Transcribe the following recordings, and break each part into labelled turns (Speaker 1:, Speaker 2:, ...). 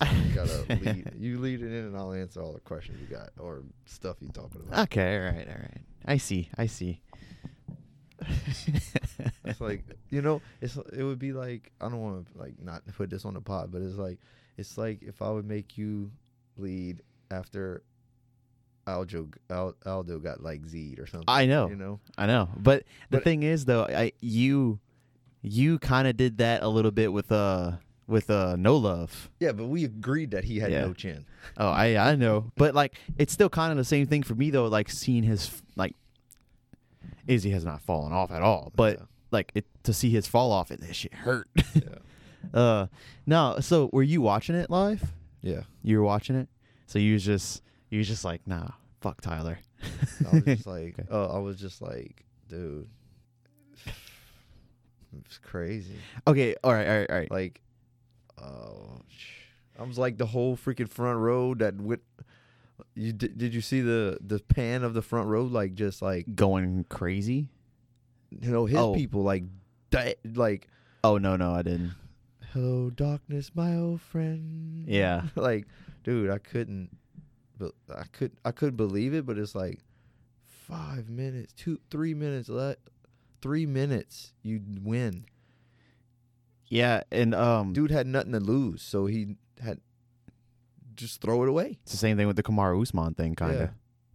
Speaker 1: lead, you lead it in, and I'll answer all the questions you got or stuff you talking about.
Speaker 2: Okay, all right, all right. I see, I see.
Speaker 1: It's like you know, it's it would be like I don't want to like not put this on the pod, but it's like it's like if I would make you lead after Aldo Al, Aldo got like Z'd or something.
Speaker 2: I know,
Speaker 1: You know,
Speaker 2: I know. But the
Speaker 1: But-
Speaker 2: thing is, though, I you you kind of did that a little bit with uh with uh no love.
Speaker 1: yeah, but we agreed that he had
Speaker 2: Yeah.
Speaker 1: no chin.
Speaker 2: Oh, I I know. But like, it's still kind of the same thing for me though. Like seeing his like Izzy has not fallen off at all, but
Speaker 1: Yeah.
Speaker 2: like it to see his fall off, it, that shit hurt.
Speaker 1: Yeah,
Speaker 2: uh, no. So were you watching it live?
Speaker 1: yeah.
Speaker 2: You were watching it. So you was just you was just like, nah, fuck Tyler.
Speaker 1: I was just like,
Speaker 2: Okay.
Speaker 1: oh, I was just like, dude, it's crazy.
Speaker 2: Okay, all right, all right, all right.
Speaker 1: Like, oh, sh- I was like the whole freaking front row that went. You did, did you see the the pan of the front row like just like
Speaker 2: Going crazy.
Speaker 1: you know his
Speaker 2: Oh.
Speaker 1: people like di- like
Speaker 2: Oh no, no, I didn't.
Speaker 1: hello darkness my old friend
Speaker 2: Yeah.
Speaker 1: like dude I couldn't but I could I could believe it but it's like five minutes two three minutes left three minutes you win
Speaker 2: Yeah, and um,
Speaker 1: dude had nothing to lose, so he had just throw it away.
Speaker 2: it's the same thing with the Kamara Usman thing, kind of.
Speaker 1: Yeah.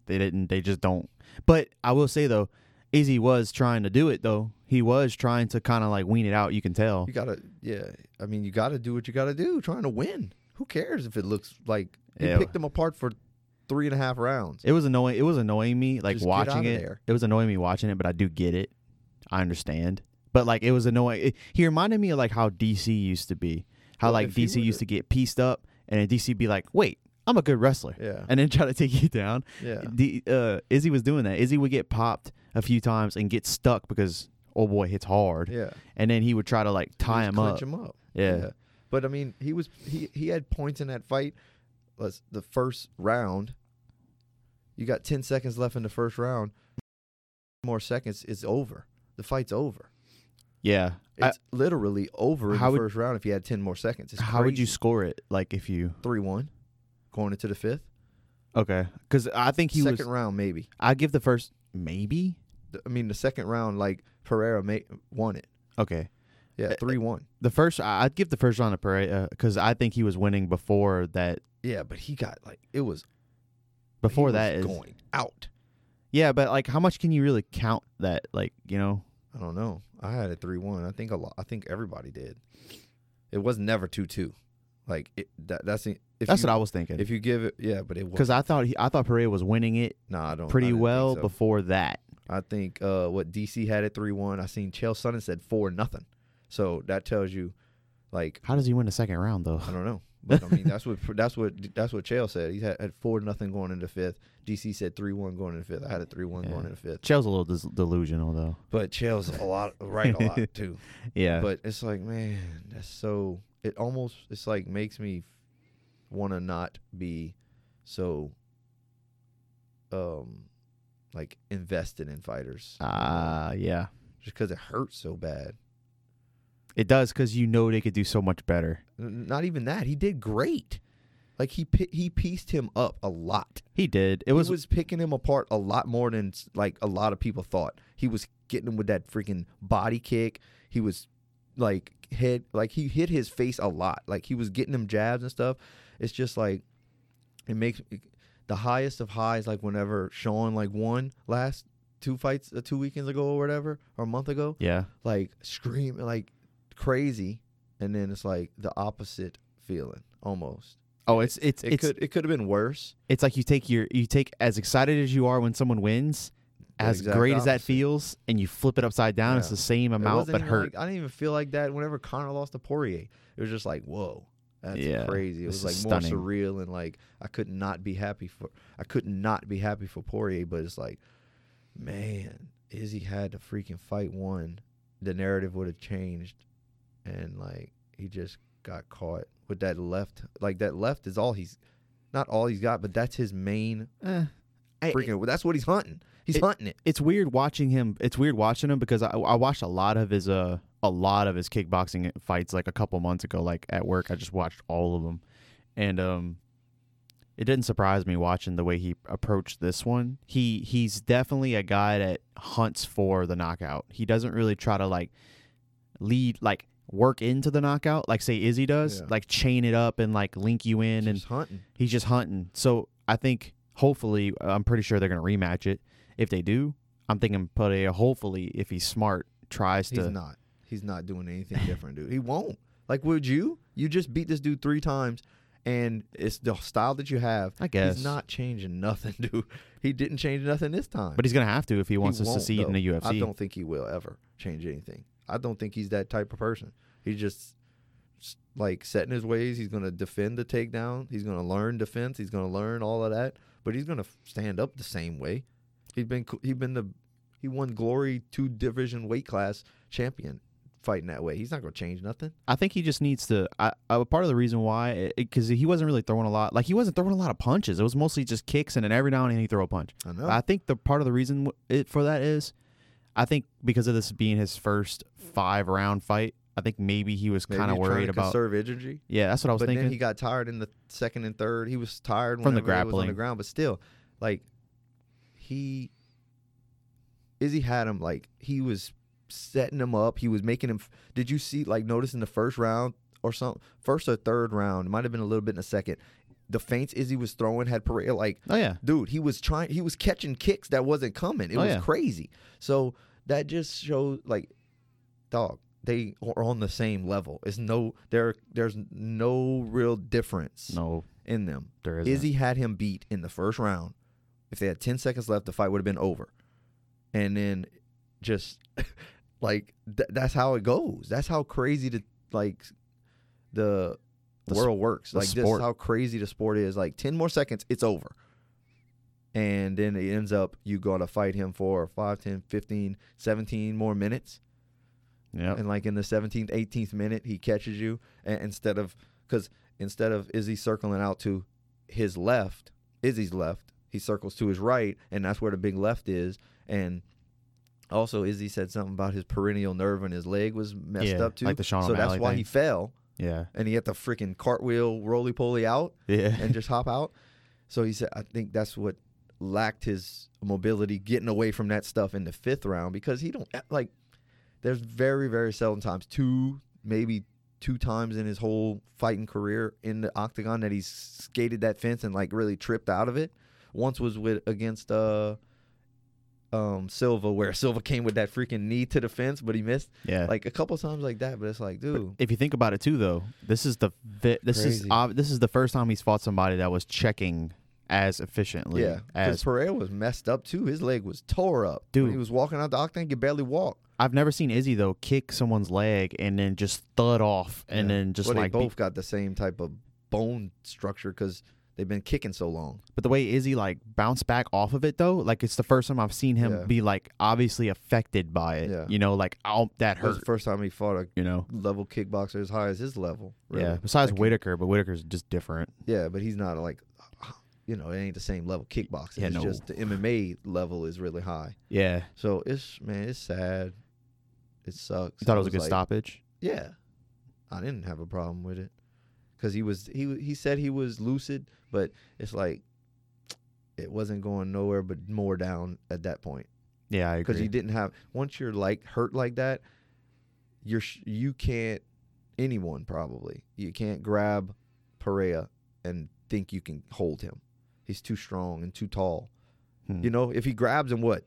Speaker 2: They didn't. They just don't. But I will say though, Izzy was trying to do it though. He was trying to kind of like wean it out. You can tell.
Speaker 1: You gotta, yeah. I mean, you gotta do what you gotta do. Trying to win. Who cares if it looks like you
Speaker 2: Yeah.
Speaker 1: picked them apart for three and a half rounds?
Speaker 2: It was annoying. It was annoying me like
Speaker 1: Just get
Speaker 2: watching
Speaker 1: outta
Speaker 2: it.
Speaker 1: there.
Speaker 2: It was annoying me watching it, but I do get it. I understand. But like it was annoying. It- he reminded me of like how DC used to be. How
Speaker 1: Well,
Speaker 2: like
Speaker 1: if he
Speaker 2: DC used
Speaker 1: would've-
Speaker 2: to get pieced up, and then DC be like, "Wait, I'm a good wrestler,"
Speaker 1: Yeah,
Speaker 2: and then try to take you down.
Speaker 1: yeah,
Speaker 2: D, uh, Izzy was doing that. Izzy would get popped a few times and get stuck because oh boy hits hard,
Speaker 1: yeah.
Speaker 2: and then he would try to like tie
Speaker 1: Just
Speaker 2: him
Speaker 1: clinch
Speaker 2: up.
Speaker 1: him up.
Speaker 2: Yeah.
Speaker 1: But I mean, he was he he had points in that fight. Let's the first round. You got ten seconds left in the first round. More seconds, it's over. The fight's over.
Speaker 2: Yeah. I-
Speaker 1: It's literally over in
Speaker 2: How
Speaker 1: the
Speaker 2: would-
Speaker 1: first round if you had 10 more seconds. It's
Speaker 2: how would you
Speaker 1: crazy.
Speaker 2: score it? Like if you
Speaker 1: 3 1 going into the fifth?
Speaker 2: okay? Because I think he was.
Speaker 1: second round, maybe.
Speaker 2: I give the first maybe.
Speaker 1: Th- I mean, the second round, like Pereira ma- won it.
Speaker 2: Okay.
Speaker 1: Yeah,
Speaker 2: Uh,
Speaker 1: 3 1.
Speaker 2: The first I- I'd give the first round to Pereira because I think he was winning before that.
Speaker 1: Yeah, but he got like, it was he
Speaker 2: Before
Speaker 1: was
Speaker 2: that is
Speaker 1: going out.
Speaker 2: yeah, but like how much can you really count that? Like you know.
Speaker 1: I don't know. I had a 3 1. I think a lot, I think everybody did. It was never 2 2. Like, it, that, that's the- if
Speaker 2: That's
Speaker 1: you,
Speaker 2: what I was thinking.
Speaker 1: If you give it, yeah, but it was.
Speaker 2: Because I thought he, I thought Pereira was winning it
Speaker 1: Nah, Oh, I don't. I
Speaker 2: pretty
Speaker 1: didn't think
Speaker 2: well
Speaker 1: so.
Speaker 2: before that.
Speaker 1: I think uh, what DC had at three one. I seen Chael Sonnen said four nothing. So that tells you, like
Speaker 2: How does he win the second round though?
Speaker 1: I don't know, but I mean that's what that's what that's what Chael said. He had, had four nothing going into fifth. DC said three one going into fifth. I had a three one
Speaker 2: Yeah.
Speaker 1: going into fifth.
Speaker 2: Chell's a little dis- delusional though.
Speaker 1: But Chael's a lot right a lot too.
Speaker 2: Yeah.
Speaker 1: But it's like man, that's so. It almost it's like makes me want to not be so um like invested in fighters
Speaker 2: uh yeah.
Speaker 1: just because it hurts so bad.
Speaker 2: It does cuz you know they could do so much better.
Speaker 1: N- Not even that. He did great. Like he pi- he pieced him up a lot.
Speaker 2: He did. It
Speaker 1: He
Speaker 2: was,
Speaker 1: was, picking him apart a lot more than s- like a lot of people thought. He was getting him with that freaking body kick. He was like head like he hit his face a lot. Like he was getting him jabs and stuff. It's just like it makes the highest of highs like whenever Sean like won last two fights uh, two weekends ago or whatever or a month ago
Speaker 2: yeah.
Speaker 1: like scream like crazy and then it's like the opposite feeling almost
Speaker 2: Oh, it's it's
Speaker 1: it
Speaker 2: it's
Speaker 1: could it could have been worse
Speaker 2: it's like you take your you take as excited as you are when someone wins,
Speaker 1: The
Speaker 2: as
Speaker 1: exact
Speaker 2: great as that
Speaker 1: opposite.
Speaker 2: feels and you flip it upside down, it's
Speaker 1: Yeah.
Speaker 2: the same
Speaker 1: It
Speaker 2: amount
Speaker 1: wasn't
Speaker 2: but
Speaker 1: even
Speaker 2: hurt.
Speaker 1: like- i didn't even feel like that whenever connor lost to poirier it was just like whoa that's
Speaker 2: Yeah,
Speaker 1: crazy it
Speaker 2: this
Speaker 1: was like
Speaker 2: is stunning.
Speaker 1: more surreal and like i could not be happy for i could not be happy for poirier but it's like man izzy had to freaking fight one the narrative would have changed and like he just got caught with that left like that left is all he's not all he's got but that's his main
Speaker 2: Eh. I-
Speaker 1: freaking that's what he's hunting he's
Speaker 2: It-
Speaker 1: hunting it
Speaker 2: it's weird watching him. It's weird watching him because I, I watched a lot of his uh a lot of his kickboxing fights like a couple months ago. Like at work, I just watched all of them, and um it didn't surprise me watching the way he approached this one. He he's definitely a guy that hunts for the knockout. He doesn't really try to like lead like work into the knockout like say Izzy does,
Speaker 1: Yeah.
Speaker 2: like chain it up and like link you in and
Speaker 1: Just hunting.
Speaker 2: he's just hunting. So I think hopefully I'm pretty sure they're going to rematch it. If they do, I'm thinking Padilla hopefully if he's smart tries
Speaker 1: He's
Speaker 2: to
Speaker 1: not. He's not doing anything different, dude. He won't. Like, would you? You just beat this dude three times, and it's the style that you have.
Speaker 2: I guess.
Speaker 1: He's not changing nothing, dude. He didn't change nothing this time.
Speaker 2: But he's going to have to if he
Speaker 1: He
Speaker 2: wants to
Speaker 1: won't,
Speaker 2: succeed in
Speaker 1: though.
Speaker 2: the UFC.
Speaker 1: I don't think he will ever change anything. I don't think he's that type of person. He's just s- like set in his ways. He's going to defend the takedown. He's going to learn defense. He's going to learn all of that. But he's going to stand up the same way. He's been co- he's been the he won glory two division weight class champion fighting that way. He's not going to change nothing.
Speaker 2: I think he just needs to. I, I part of the reason why, because he wasn't really throwing a lot. Like he wasn't throwing a lot of punches. It was mostly just kicks, and then every now and then he throw a punch.
Speaker 1: I know.
Speaker 2: I think the part of the reason w- it, for that is, I think because of this being his first five round fight, I think maybe he was
Speaker 1: Maybe
Speaker 2: kind of
Speaker 1: he's trying
Speaker 2: worried
Speaker 1: to
Speaker 2: about.
Speaker 1: conserve energy.
Speaker 2: Yeah, that's what I was
Speaker 1: But
Speaker 2: thinking.
Speaker 1: then he got tired in the second and third. He was tired
Speaker 2: From the
Speaker 1: whenever he was on the
Speaker 2: grappling.
Speaker 1: ground, but still, like he Izzy had him like he was setting him up. He was making him. Did you see like notice in the first round or some first or third round? It might have been a little bit in the second. The feints Izzy was throwing had Pereira like
Speaker 2: oh yeah,
Speaker 1: dude he was trying he was catching kicks that wasn't coming it
Speaker 2: Oh,
Speaker 1: was
Speaker 2: yeah.
Speaker 1: crazy so that just shows like dog they are on the same level it's no there there's no real difference
Speaker 2: no,
Speaker 1: in them
Speaker 2: there isn't.
Speaker 1: izzy had him beat in the first round if they had 10 seconds left the fight would have been over and then just like th- that's how it goes that's how crazy the like the,
Speaker 2: The s-
Speaker 1: world works
Speaker 2: the
Speaker 1: like this
Speaker 2: sport.
Speaker 1: is how crazy the sport is like 10 more seconds it's over and then it ends up you gotta fight him for 5 10 15 17 more minutes
Speaker 2: Yep.
Speaker 1: and like in the 17th 18th minute he catches you and instead of because instead of izzy circling out to his left izzy's left he circles to his right and that's where the big left is and also izzy said something about his perennial nerve in his leg was messed
Speaker 2: Yeah,
Speaker 1: up too
Speaker 2: like the Sean
Speaker 1: so that's
Speaker 2: O'Malley
Speaker 1: why
Speaker 2: thing.
Speaker 1: he fell
Speaker 2: yeah,
Speaker 1: and he had to freaking cartwheel roly poly out
Speaker 2: yeah,
Speaker 1: and just hop out so he said i think that's what lacked his mobility getting away from that stuff in the fifth round because he don't like there's very very seldom times two maybe two times in his whole fighting career in the octagon that he's skated that fence and like really tripped out of it once was with against uh um silva where silva came with that freaking knee to the fence but he missed
Speaker 2: yeah.
Speaker 1: like a couple times like that but it's like
Speaker 2: But
Speaker 1: dude
Speaker 2: if you think about it too, though, this is the vi- this is
Speaker 1: Crazy.
Speaker 2: ob- this is the first time he's fought somebody that was checking as efficiently
Speaker 1: yeah, because
Speaker 2: as
Speaker 1: Pereira was messed up too. His leg was tore up.
Speaker 2: Dude.
Speaker 1: when he was walking out the octane, he could barely walk.
Speaker 2: I've never seen Izzy though kick someone's leg and then just thud off and
Speaker 1: Yeah.
Speaker 2: then just
Speaker 1: well,
Speaker 2: like
Speaker 1: they
Speaker 2: be-
Speaker 1: both got the same type of bone structure because they've been kicking so long.
Speaker 2: but the way Izzy like bounced back off of it though, like it's the first time I've seen him
Speaker 1: Yeah.
Speaker 2: be like obviously affected by it.
Speaker 1: Yeah.
Speaker 2: You know, like oh that
Speaker 1: That was
Speaker 2: hurt.
Speaker 1: the first time he fought a
Speaker 2: You know.
Speaker 1: level kickboxer as high as his level. really.
Speaker 2: Yeah. Besides
Speaker 1: Like,
Speaker 2: Whitaker, but Whitaker's just different.
Speaker 1: yeah, but he's not like, you know, it ain't the same level kickboxing.
Speaker 2: Yeah,
Speaker 1: it's
Speaker 2: no.
Speaker 1: just the MMA level is really high.
Speaker 2: Yeah.
Speaker 1: So it's man, it's sad. It sucks.
Speaker 2: You thought
Speaker 1: I
Speaker 2: it was a good
Speaker 1: like,
Speaker 2: stoppage.
Speaker 1: Yeah, I didn't have a problem with it because he was he he said he was lucid, but it's like it wasn't going nowhere but more down at that point
Speaker 2: Yeah, I
Speaker 1: because
Speaker 2: agree.
Speaker 1: you didn't have once you're like hurt like that, you're sh- you can't anyone probably you can't grab Perea and think you can hold him. He's too strong and too tall.
Speaker 2: Hmm.
Speaker 1: You know, if he grabs him, what?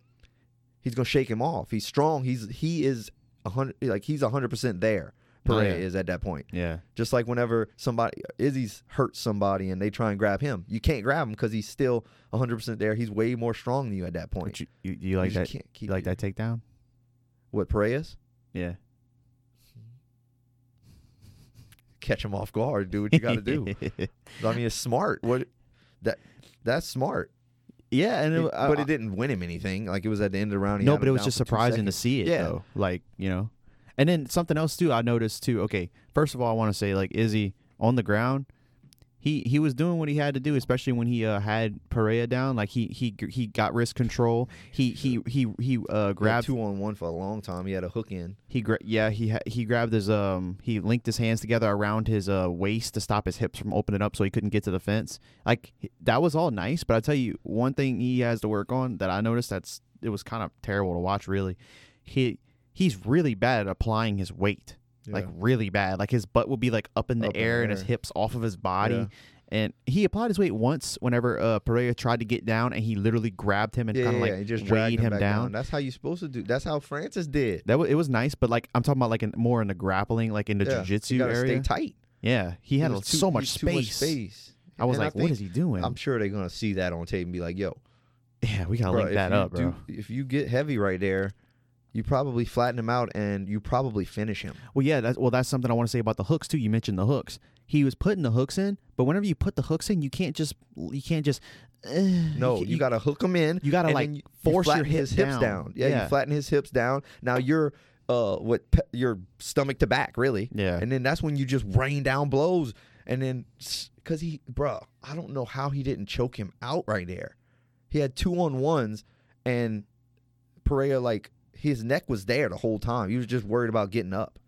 Speaker 1: He's gonna shake him off. He's strong. He's he is a hundred like he's hundred percent there.
Speaker 2: Oh,
Speaker 1: Perea
Speaker 2: yeah.
Speaker 1: is at that point.
Speaker 2: yeah.
Speaker 1: Just like whenever somebody Izzy's hurt somebody and they try and grab him, you can't grab him because he's still hundred percent there. He's way more strong than you at that point.
Speaker 2: But you, you, you like
Speaker 1: just
Speaker 2: that
Speaker 1: Can't keep
Speaker 2: you like
Speaker 1: your-
Speaker 2: that takedown?
Speaker 1: What Perea's?
Speaker 2: Yeah.
Speaker 1: Catch him off guard. Do what you got to do. I mean, it's smart. What that that's smart.
Speaker 2: yeah, and it,
Speaker 1: It- but it didn't win him anything. Like it was at the end of the round. he
Speaker 2: No,
Speaker 1: had
Speaker 2: but
Speaker 1: him
Speaker 2: it was
Speaker 1: down
Speaker 2: just
Speaker 1: for two
Speaker 2: surprising to
Speaker 1: seconds.
Speaker 2: see it
Speaker 1: Yeah.
Speaker 2: though. Like, you know. And then something else too I noticed too. Okay, first of all I want to say like Izzy on the ground, he he was doing what he had to do, especially when he uh, had Perea down. Like he he he got wrist control. He he he he uh, grabbed
Speaker 1: two on one for a long time. He had a hook in.
Speaker 2: He gra- yeah, he ha- he grabbed his um he linked his hands together around his uh waist to stop his hips from opening up so he couldn't get to the fence. Like h- that was all nice, but I tell you one thing he has to work on that I noticed that's it was kind of terrible to watch really. He he's really bad at applying his weight. Like
Speaker 1: Yeah.
Speaker 2: really bad. Like his butt will be like up in the
Speaker 1: Up in the
Speaker 2: air and his
Speaker 1: air.
Speaker 2: hips off of his body.
Speaker 1: Yeah.
Speaker 2: And he applied his weight once whenever uh, Perea tried to get down, and he literally grabbed him and
Speaker 1: yeah,
Speaker 2: kind of
Speaker 1: yeah,
Speaker 2: like
Speaker 1: yeah. He just
Speaker 2: weighed
Speaker 1: dragged
Speaker 2: him
Speaker 1: back
Speaker 2: down.
Speaker 1: That's how you supposed to do. That's how Francis did.
Speaker 2: That was, it was nice, but like I'm talking about like in, more in the grappling, like in the
Speaker 1: yeah. you
Speaker 2: jujitsu
Speaker 1: gotta
Speaker 2: area.
Speaker 1: Stay tight.
Speaker 2: yeah, he had
Speaker 1: It
Speaker 2: a-
Speaker 1: was too-
Speaker 2: so
Speaker 1: it
Speaker 2: much
Speaker 1: was
Speaker 2: space.
Speaker 1: too space.
Speaker 2: I was
Speaker 1: And
Speaker 2: like, what
Speaker 1: think-
Speaker 2: is he doing?
Speaker 1: I'm sure they're gonna see that on tape and be like, "Yo,
Speaker 2: yeah, we gotta
Speaker 1: bro,
Speaker 2: link
Speaker 1: if
Speaker 2: that
Speaker 1: you
Speaker 2: up, bro.
Speaker 1: do- if you get heavy right there, you probably flatten him out and you probably finish him."
Speaker 2: Well, yeah, that's well, that's something I want to say about the hooks too. You mentioned the hooks. He was putting the hooks in, but whenever you put the hooks in, you can't just you can't just uh,
Speaker 1: No, you,
Speaker 2: can't-
Speaker 1: gotta hook him in.
Speaker 2: you gotta
Speaker 1: and
Speaker 2: like
Speaker 1: then you- you
Speaker 2: force your
Speaker 1: flatten his
Speaker 2: hip
Speaker 1: hips down.
Speaker 2: down.
Speaker 1: Yeah,
Speaker 2: Yeah.
Speaker 1: you flatten his hips down. Now you're uh with pe- your stomach to back really.
Speaker 2: Yeah.
Speaker 1: And then that's when you just rain down blows. And then s- cause he, bruh, I don't know how he didn't choke him out right there. He had two on ones, and Perea like his neck was there the whole time. He was just worried about getting up.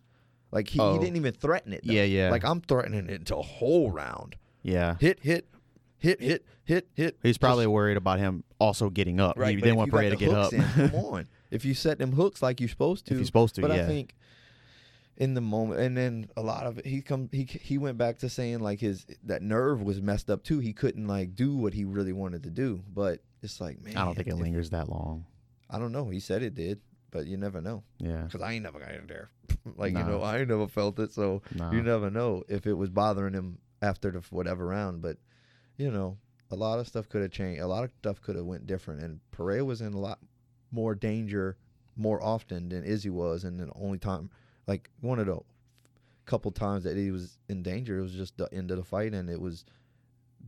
Speaker 1: Like he,
Speaker 2: Oh.
Speaker 1: he didn't even threaten it. though.
Speaker 2: Yeah, yeah.
Speaker 1: Like I'm threatening it the whole round.
Speaker 2: yeah.
Speaker 1: Hit, hit, hit, hit, hit, hit.
Speaker 2: He was
Speaker 1: Just-
Speaker 2: probably worried about him also getting up.
Speaker 1: Right,
Speaker 2: he
Speaker 1: but
Speaker 2: didn't
Speaker 1: if
Speaker 2: want
Speaker 1: you got
Speaker 2: Perea to
Speaker 1: the
Speaker 2: get up.
Speaker 1: hooks in, come on, if you set them hooks like you're supposed to,
Speaker 2: If you're supposed to,
Speaker 1: But
Speaker 2: yeah.
Speaker 1: I think in the moment, and then a lot of it, he come he he went back to saying like his that nerve was messed up too. He couldn't like do what he really wanted to do. But it's like man,
Speaker 2: I don't think it
Speaker 1: if-
Speaker 2: lingers that long.
Speaker 1: I don't know. He said it did, but you never know
Speaker 2: Yeah.
Speaker 1: because I ain't never got in there. like
Speaker 2: Nah.
Speaker 1: you know, I ain't never felt it, so
Speaker 2: Nah.
Speaker 1: you never know if it was bothering him after the f- whatever round. But you know, a lot of stuff could have changed. A lot of stuff could have went different. And Perea was in a lot more danger more often than Izzy was. And the only time, like one of the couple times that he was in danger, it was just the end of the fight, and it was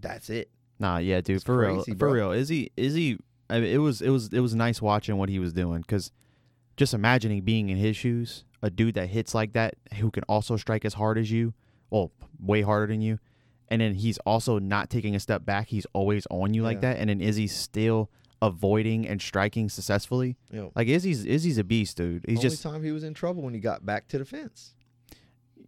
Speaker 1: that's it.
Speaker 2: Nah, yeah, dude,
Speaker 1: It's
Speaker 2: for
Speaker 1: crazy,
Speaker 2: real, for
Speaker 1: bro.
Speaker 2: real. Izzy, Izzy, I mean, it was, it was, it was nice watching what he was doing because just imagining being in his shoes, a dude that hits like that, who can also strike as hard as you, well, way harder than you, and then he's also not taking a step back. He's always on you like
Speaker 1: Yeah.
Speaker 2: that, and then Izzy's still avoiding and striking successfully.
Speaker 1: You know,
Speaker 2: Like Izzy's, Izzy's a beast, dude. He's
Speaker 1: only
Speaker 2: just,
Speaker 1: time he was in trouble when he got back to the fence.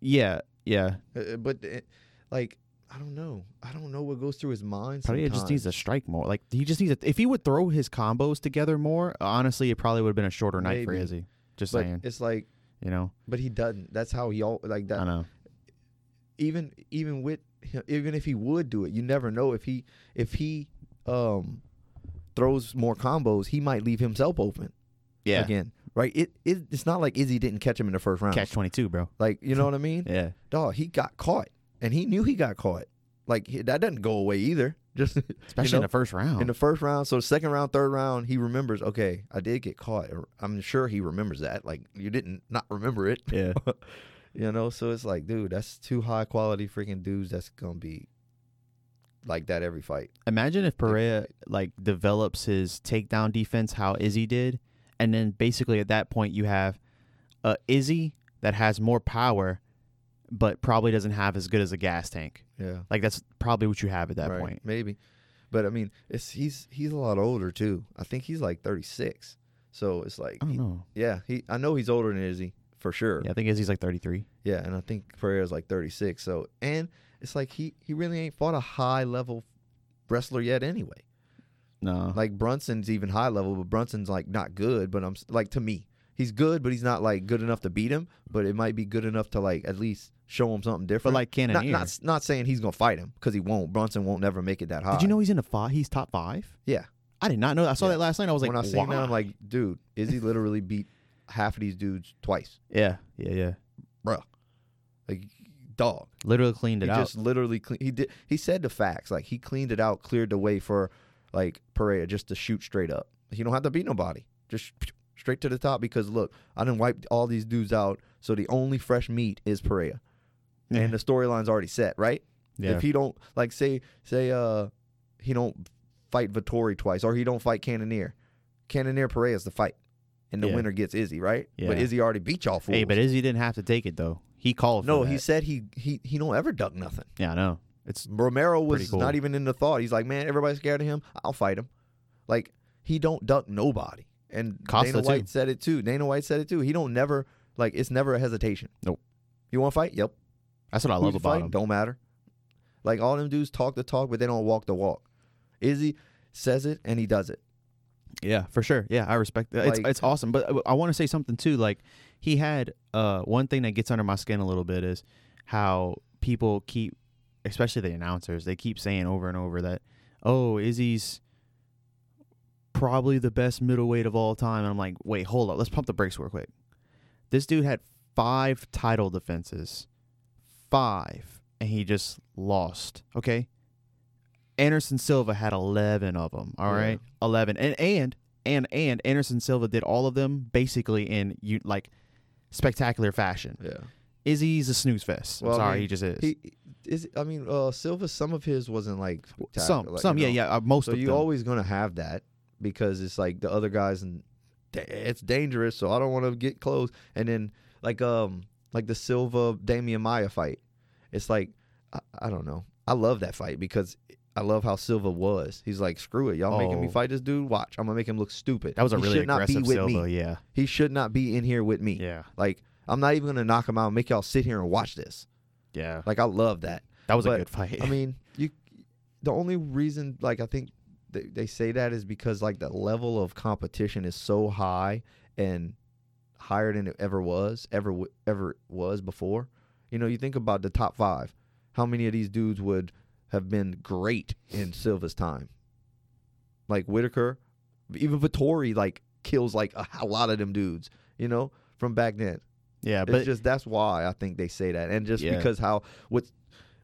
Speaker 2: yeah, yeah.
Speaker 1: Uh, but it, like I don't know. I don't know what goes through his mind.
Speaker 2: Perea just needs to
Speaker 1: sometimes.
Speaker 2: strike more. Like he just needs to. If he would throw his combos together more, honestly, it probably would have been a shorter night for
Speaker 1: Maybe.
Speaker 2: Izzy. Just
Speaker 1: But
Speaker 2: saying,
Speaker 1: it's like,
Speaker 2: you know.
Speaker 1: but he doesn't. That's how he all like
Speaker 2: I
Speaker 1: that.
Speaker 2: know.
Speaker 1: Even even with him, even if he would do it, you never know if he if he um throws more combos, he might leave himself open
Speaker 2: Yeah.
Speaker 1: again. Right? It, it it's not like Izzy didn't catch him in the first round.
Speaker 2: Catch 22, bro.
Speaker 1: Like you know what I mean?
Speaker 2: Yeah.
Speaker 1: Dog, he got caught, and he knew he got caught. Like he- that doesn't go away either. Just
Speaker 2: Especially
Speaker 1: know,
Speaker 2: in the first round.
Speaker 1: in the first round. So second round, third round, he remembers. Okay, I did get caught. Or I'm sure he remembers that. Like you didn't not remember it.
Speaker 2: yeah.
Speaker 1: You know. So it's like, dude, that's two high quality freaking dudes. That's gonna be like that every fight.
Speaker 2: Imagine if Perea like develops his takedown defense how Izzy did, and then basically at that point you have uh Izzy that has more power, but probably doesn't have as good as a gas tank.
Speaker 1: Yeah.
Speaker 2: Like that's probably what you have at that
Speaker 1: right,
Speaker 2: point.
Speaker 1: maybe. But I mean, it's he's he's a lot older too. I think he's like 36. So it's like,
Speaker 2: I don't know.
Speaker 1: yeah, he I know he's older than Izzy for sure.
Speaker 2: Yeah, I think Izzy's like 33.
Speaker 1: Yeah, and I think Pereira's like 36. So, and it's like he he really ain't fought a high level wrestler yet anyway.
Speaker 2: No.
Speaker 1: Like Brunson's even high level, but Brunson's like not good, but I'm s- like to me, he's good, but he's not like good enough to beat him, but it might be good enough to like at least show him something
Speaker 2: but
Speaker 1: different.
Speaker 2: like
Speaker 1: not,
Speaker 2: Cannoneer.
Speaker 1: not s- not saying he's going to fight him cuz he won't. Brunson won't never make it that high.
Speaker 2: Did you know he's in the five? He's top 5?
Speaker 1: Yeah.
Speaker 2: I did not know. that. I saw
Speaker 1: Yeah.
Speaker 2: that last night. I was like,
Speaker 1: when I seen that I'm
Speaker 2: "Why?"
Speaker 1: like, dude, Izzy literally beat half of these dudes twice.
Speaker 2: Yeah. Yeah, yeah.
Speaker 1: Like dog.
Speaker 2: Literally cleaned it
Speaker 1: he
Speaker 2: out.
Speaker 1: just literally clean, he did he said the facts like he cleaned it out cleared the way for like Perea just to shoot straight up he don't have to beat nobody just straight to the top because look I didn't wipe all these dudes out so the only fresh meat is Perea and the storyline's already set right
Speaker 2: yeah.
Speaker 1: if he don't like say say uh he don't fight Vittori twice or he don't fight Cannoneer Cannoneer Perea's the fight and the
Speaker 2: Yeah.
Speaker 1: winner gets Izzy right but
Speaker 2: Yeah.
Speaker 1: Izzy already beat y'all fools
Speaker 2: Hey, but Izzy didn't have to take it though. He called. for
Speaker 1: no
Speaker 2: that.
Speaker 1: he said he he he don't ever duck nothing
Speaker 2: Yeah, I know. It's
Speaker 1: Romero was
Speaker 2: Pretty cool.
Speaker 1: not even in the thought. He's like, man, everybody's scared of him. I'll fight him. Like he don't duck nobody. And
Speaker 2: Costa,
Speaker 1: Dana
Speaker 2: too.
Speaker 1: White said it too. Dana White said it too. He don't never like it's never a hesitation.
Speaker 2: Nope.
Speaker 1: You want to fight? Yep.
Speaker 2: that's what I
Speaker 1: Who
Speaker 2: love
Speaker 1: you
Speaker 2: about
Speaker 1: fighting?
Speaker 2: him.
Speaker 1: Don't matter. Like all them dudes talk the talk, but they don't walk the walk. Izzy says it and he does it.
Speaker 2: Yeah, for sure. Yeah, I respect that.
Speaker 1: Like-
Speaker 2: it's it's awesome. But uh, I- I want to say something too. Like he had uh one thing that gets under my skin a little bit is how people keep, especially the announcers, they keep saying over and over that, oh, Izzy's probably the best middleweight of all time. And I'm like, wait, hold up, let's pump the brakes real quick. This dude had five title defenses, five, and he just lost. Okay. Anderson Silva had 11 of them. All
Speaker 1: Yeah.
Speaker 2: right. 11. And, and, and, and Anderson Silva did all of them basically in you like spectacular fashion.
Speaker 1: Yeah.
Speaker 2: Izzy's a snooze fest. I'm
Speaker 1: Well, I
Speaker 2: sorry,
Speaker 1: mean,
Speaker 2: he just is.
Speaker 1: He is. I mean, uh, Silva. Some of his wasn't like
Speaker 2: some,
Speaker 1: spectacular, you
Speaker 2: some, yeah,
Speaker 1: know?
Speaker 2: yeah, uh, most
Speaker 1: So
Speaker 2: of
Speaker 1: you
Speaker 2: them.
Speaker 1: always gonna have that because it's like the other guys and da- it's dangerous. So I don't want to get close. And then like um like the Silva Damian Maya fight, it's like I, I don't know. I love that fight because I love how Silva was. He's like, screw it, y'all making me
Speaker 2: Oh.
Speaker 1: fight this dude. Watch, I'm gonna make him look stupid.
Speaker 2: that was a
Speaker 1: He
Speaker 2: really
Speaker 1: should not be
Speaker 2: aggressive
Speaker 1: with
Speaker 2: Silva.
Speaker 1: me.
Speaker 2: Yeah,
Speaker 1: He should not be in here with me.
Speaker 2: yeah,
Speaker 1: Like I'm not even gonna knock him out. and Make y'all sit here and watch this.
Speaker 2: yeah.
Speaker 1: Like I love that.
Speaker 2: That was a
Speaker 1: but,
Speaker 2: good fight.
Speaker 1: I mean, you. The only reason, like, I think they, they say that is because like the level of competition is so high and higher than it ever was, ever w- ever was before. You know, you think about the top five. How many of these dudes would have been great in Silva's time? Like Whitaker, even Vittori, like kills like a, a lot of them dudes. You know, from back then
Speaker 2: yeah,
Speaker 1: it's
Speaker 2: but
Speaker 1: just that's why I think they say that, and just
Speaker 2: Yeah.
Speaker 1: because how what,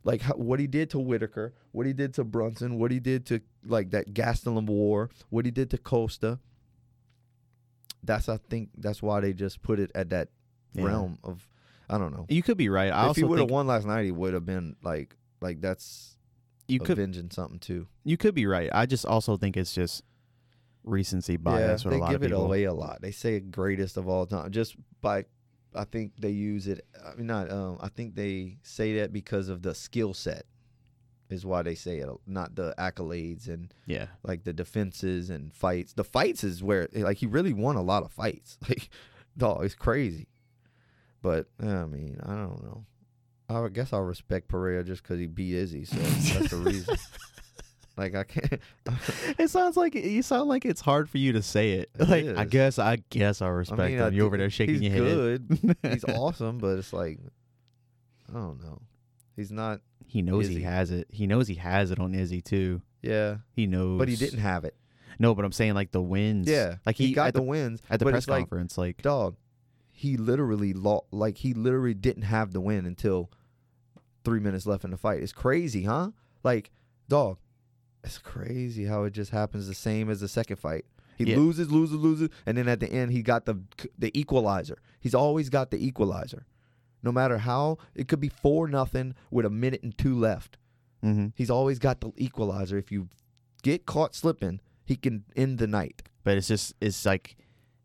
Speaker 1: like how, what he did to Whitaker, what he did to Brunson, what he did to like that Gastelum War, what he did to Costa. That's I think that's why they just put it at that
Speaker 2: Yeah.
Speaker 1: realm of I don't know.
Speaker 2: you could be right. I
Speaker 1: if he
Speaker 2: also
Speaker 1: would have
Speaker 2: think
Speaker 1: won last night, he would have been like like that's
Speaker 2: you could
Speaker 1: avenging something too.
Speaker 2: you could be right. I just also think it's just recency bias with
Speaker 1: they
Speaker 2: a lot
Speaker 1: give
Speaker 2: of people.
Speaker 1: it away a lot. They say greatest of all time just by. I think they use it. I mean, not. Um, I think they say that because of the skill set, is why they say it. Not the accolades and
Speaker 2: Yeah,
Speaker 1: like the defenses and fights. The fights is where like he really won a lot of fights. Like, dog, it's crazy. But I mean, I don't know. I would guess I respect Pereira just because he beat Izzy. So that's the reason. Like I can't.
Speaker 2: it sounds like you sound like it's hard for you to say it.
Speaker 1: It
Speaker 2: like I
Speaker 1: is.
Speaker 2: guess I guess I respect
Speaker 1: I mean, I
Speaker 2: him. You
Speaker 1: do-
Speaker 2: over there shaking
Speaker 1: he's
Speaker 2: your
Speaker 1: good.
Speaker 2: head.
Speaker 1: he's awesome, but it's like I don't know. He's not.
Speaker 2: He knows he
Speaker 1: Izzy.
Speaker 2: has it. He knows he has it on Izzy too.
Speaker 1: Yeah,
Speaker 2: He knows,
Speaker 1: but he didn't have it.
Speaker 2: No, but I'm saying like the wins.
Speaker 1: Yeah,
Speaker 2: like
Speaker 1: he,
Speaker 2: he,
Speaker 1: got
Speaker 2: at
Speaker 1: the,
Speaker 2: the,
Speaker 1: wins
Speaker 2: at the
Speaker 1: but
Speaker 2: press
Speaker 1: it's like,
Speaker 2: conference. Like
Speaker 1: Dog, he literally lost. Like he literally didn't have the win until three minutes left in the fight. It's crazy, huh? Like, dog, it's crazy how it just happens the same as the second fight. He
Speaker 2: Yeah.
Speaker 1: loses, loses, loses, and then at the end he got the the equalizer. He's always got the equalizer, no matter how. It could be four nothing with a minute and two left.
Speaker 2: mm-hmm.
Speaker 1: He's always got the equalizer. If you get caught slipping, he can end the night.
Speaker 2: but it's just it's like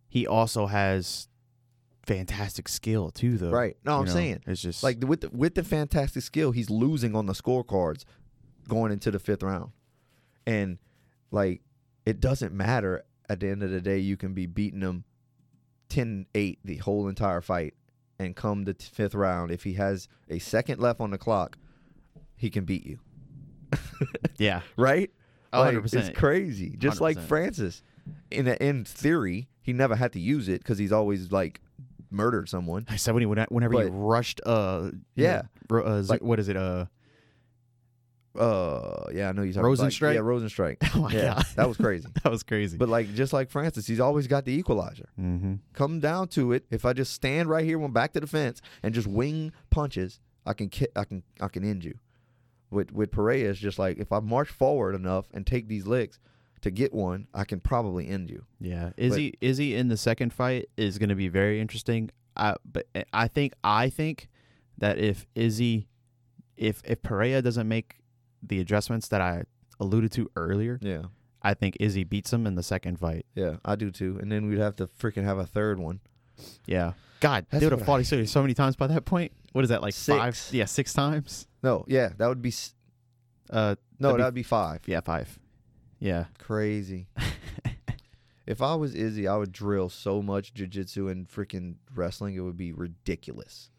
Speaker 2: he also has fantastic skill too though
Speaker 1: Right. No,
Speaker 2: You
Speaker 1: I'm
Speaker 2: know?
Speaker 1: saying
Speaker 2: it's just
Speaker 1: like with the, with the fantastic skill, he's losing on the scorecards going into the fifth round, and like it doesn't matter. At the end of the day, you can be beating him 10-8 the whole entire fight, and come the t- fifth round, if he has a second left on the clock, he can beat you.
Speaker 2: yeah
Speaker 1: right?
Speaker 2: Oh,
Speaker 1: Like,
Speaker 2: 100%.
Speaker 1: It's crazy. Just like
Speaker 2: 100%.
Speaker 1: Francis. In in theory, he never had to use it because he's always like murdered someone.
Speaker 2: i said when he whenever, whenever he
Speaker 1: But-
Speaker 2: rushed uh you
Speaker 1: Yeah.
Speaker 2: know, ro- uh, Z-
Speaker 1: Like-
Speaker 2: what is it uh
Speaker 1: Uh, yeah, I know you're talking
Speaker 2: Rosenstrike?
Speaker 1: Like, yeah, Rosenstrike.
Speaker 2: oh my
Speaker 1: yeah,
Speaker 2: god
Speaker 1: that was crazy.
Speaker 2: that was crazy
Speaker 1: But like just like Francis, he's always got the equalizer.
Speaker 2: mm-hmm.
Speaker 1: Come down to it, if I just stand right here, went back to the fence, and just wing punches, I can ki- I can I can end you. With with Perea, it's just like if I march forward enough and take these licks to get one, I can probably end you.
Speaker 2: yeah izzy izzy in the second fight is going to be very interesting i but eh, i think i think that if izzy if if perea doesn't make the adjustments that i alluded to earlier
Speaker 1: Yeah.
Speaker 2: i think izzy beats him in the second fight
Speaker 1: Yeah, I do too. And then we'd have to freaking have a third one.
Speaker 2: Yeah. God,
Speaker 1: That's
Speaker 2: they would have
Speaker 1: what
Speaker 2: fought each other so many times by that point. What is that like five?
Speaker 1: Six.
Speaker 2: Yeah, six times.
Speaker 1: No, yeah, that would be s-
Speaker 2: Uh,
Speaker 1: No,
Speaker 2: That'd be-
Speaker 1: that'd be five.
Speaker 2: yeah, five. Yeah.
Speaker 1: Crazy. If I was Izzy, I would drill so much jujitsu and freaking wrestling, it would be ridiculous.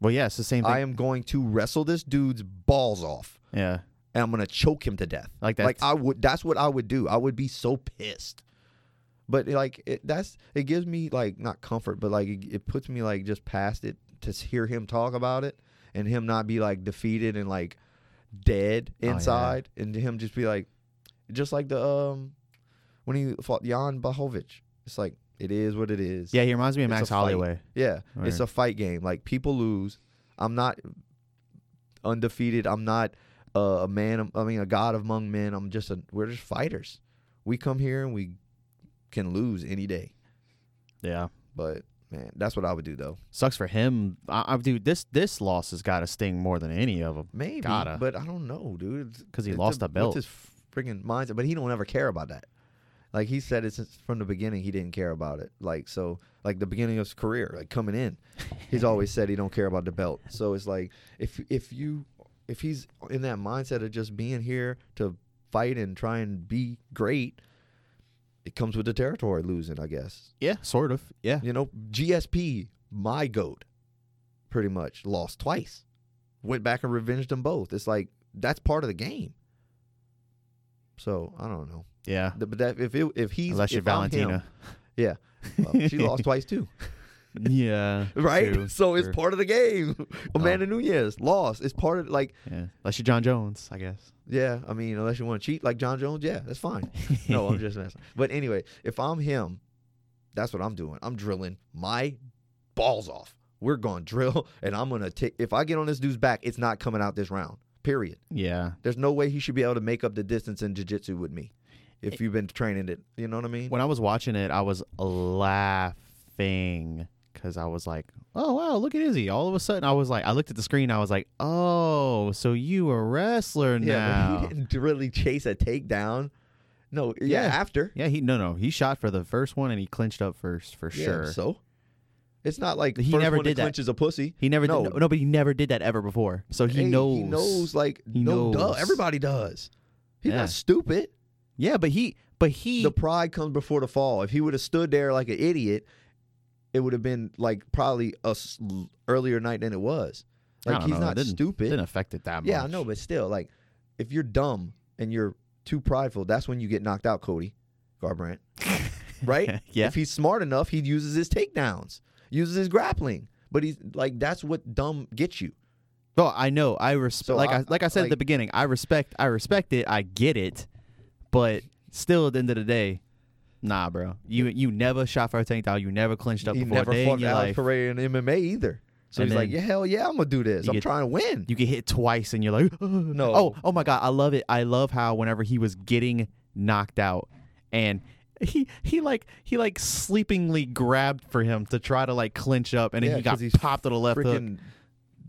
Speaker 2: well, yeah, it's the same thing.
Speaker 1: I am going to wrestle this dude's balls off,
Speaker 2: yeah,
Speaker 1: and I'm gonna choke him to death.
Speaker 2: like that.
Speaker 1: Like I would, that's what I would do. I would be so pissed. But like it, that's it gives me like not comfort, but like it, it puts me like just past it to s- hear him talk about it and him not be like defeated and like dead
Speaker 2: yeah.
Speaker 1: inside, and him just be like, just like the um when he fought Jan Blahovic. It's like it is what it is.
Speaker 2: yeah, he reminds me of
Speaker 1: it's a
Speaker 2: Max
Speaker 1: fight.
Speaker 2: Holloway.
Speaker 1: Yeah, it's
Speaker 2: Right.
Speaker 1: a fight game. Like people lose. I'm not undefeated. I'm not uh, a man. I mean, a god among men. I'm just a. We're just fighters. We come here and we can lose any day.
Speaker 2: Yeah.
Speaker 1: But man, that's what I would do though.
Speaker 2: Sucks for him. I, I dude, this this loss has got to sting more than any of them
Speaker 1: Maybe,
Speaker 2: Gotta.
Speaker 1: but I don't know, dude. It's-
Speaker 2: because he
Speaker 1: it's
Speaker 2: lost
Speaker 1: a-
Speaker 2: a belt.
Speaker 1: What's his freaking mindset? But he don't ever care about that. Like he said, it since from the beginning he didn't care about it. Like so, like the beginning of his career, like coming in, he's always said he don't care about the belt. So it's like if if you if he's in that mindset of just being here to fight and try and be great, it comes with the territory losing, I guess.
Speaker 2: yeah, sort of. Yeah.
Speaker 1: You know, GSP, my goat, pretty much lost twice. Went back and revenged them both. It's like that's part of the game. So I don't know,
Speaker 2: Yeah.
Speaker 1: Th- but that if it, if he's
Speaker 2: Unless you're
Speaker 1: if I'm him-
Speaker 2: Valentina.
Speaker 1: well, she lost twice too,
Speaker 2: yeah.
Speaker 1: right?
Speaker 2: true,
Speaker 1: so it's
Speaker 2: true. Oh.
Speaker 1: part of the game. Amanda Nunez lost. It's part of like
Speaker 2: Yeah. Unless you're John Jones, I guess.
Speaker 1: yeah. I mean, unless you want to cheat like John Jones, yeah, that's fine. no, I'm just messing. But anyway, if I'm him, that's what I'm doing. I'm drilling my balls off. We're going to drill, and I'm going to take. If I get on this dude's back, it's not coming out this round, period.
Speaker 2: Yeah.
Speaker 1: There's no way he should be able to make up the distance in jiu-jitsu with me if you've been training it. You know what I mean?
Speaker 2: When I was watching it, I was laughing because I was like, "Oh wow, look at Izzy!" All of a sudden, I was like, I looked at the screen, I was like, "Oh, so you a wrestler
Speaker 1: yeah,
Speaker 2: now?"
Speaker 1: but he didn't really chase a takedown. No, yeah,
Speaker 2: Yeah.
Speaker 1: after.
Speaker 2: Yeah, he no no he shot for the first one and he clinched up first for
Speaker 1: Yeah,
Speaker 2: sure.
Speaker 1: so? It's not like
Speaker 2: He
Speaker 1: first
Speaker 2: never
Speaker 1: one to
Speaker 2: did that.
Speaker 1: clinch is a pussy.
Speaker 2: he never
Speaker 1: No.
Speaker 2: did no, no, but he never did that ever before. So he
Speaker 1: Hey,
Speaker 2: knows.
Speaker 1: He knows, like,
Speaker 2: He
Speaker 1: no duh.
Speaker 2: knows.
Speaker 1: Everybody does. He's
Speaker 2: Yeah.
Speaker 1: not stupid.
Speaker 2: Yeah, but he but he
Speaker 1: the pride comes before the fall. If he would have stood there like an idiot, it would have been like probably a s- l- earlier night than it was.
Speaker 2: I
Speaker 1: Like
Speaker 2: don't
Speaker 1: he's
Speaker 2: know, it
Speaker 1: not
Speaker 2: didn't-
Speaker 1: stupid.
Speaker 2: didn't affect it that much.
Speaker 1: yeah, I know, but still, like if you're dumb and you're too prideful, that's when you get knocked out, Cody Garbrandt. right?
Speaker 2: yeah.
Speaker 1: If he's smart enough, he uses his takedowns, uses his grappling. But he's like that's what dumb gets you.
Speaker 2: No, I know. I respect.
Speaker 1: So
Speaker 2: like
Speaker 1: I-
Speaker 2: I, like I said at the
Speaker 1: like-
Speaker 2: beginning, I respect. I respect it. I get it. But still, at the end of the day, nah, bro. You you never shot for a tank down. You never clinched up
Speaker 1: He
Speaker 2: before
Speaker 1: never
Speaker 2: a day in
Speaker 1: fought
Speaker 2: your
Speaker 1: Alex
Speaker 2: life.
Speaker 1: Pereira in MMA either. So
Speaker 2: And
Speaker 1: he's like,
Speaker 2: then
Speaker 1: yeah, hell yeah, I'm gonna do this.
Speaker 2: you
Speaker 1: I'm
Speaker 2: get-
Speaker 1: trying to win.
Speaker 2: You get hit twice, and you're like,
Speaker 1: No.
Speaker 2: Oh, oh my god, I love it. I love how whenever he was getting knocked out, and he he like he like sleepingly grabbed for him to try to like clinch up, and then
Speaker 1: Yeah,
Speaker 2: he got
Speaker 1: 'cause he's
Speaker 2: popped to the left hook.
Speaker 1: Freaking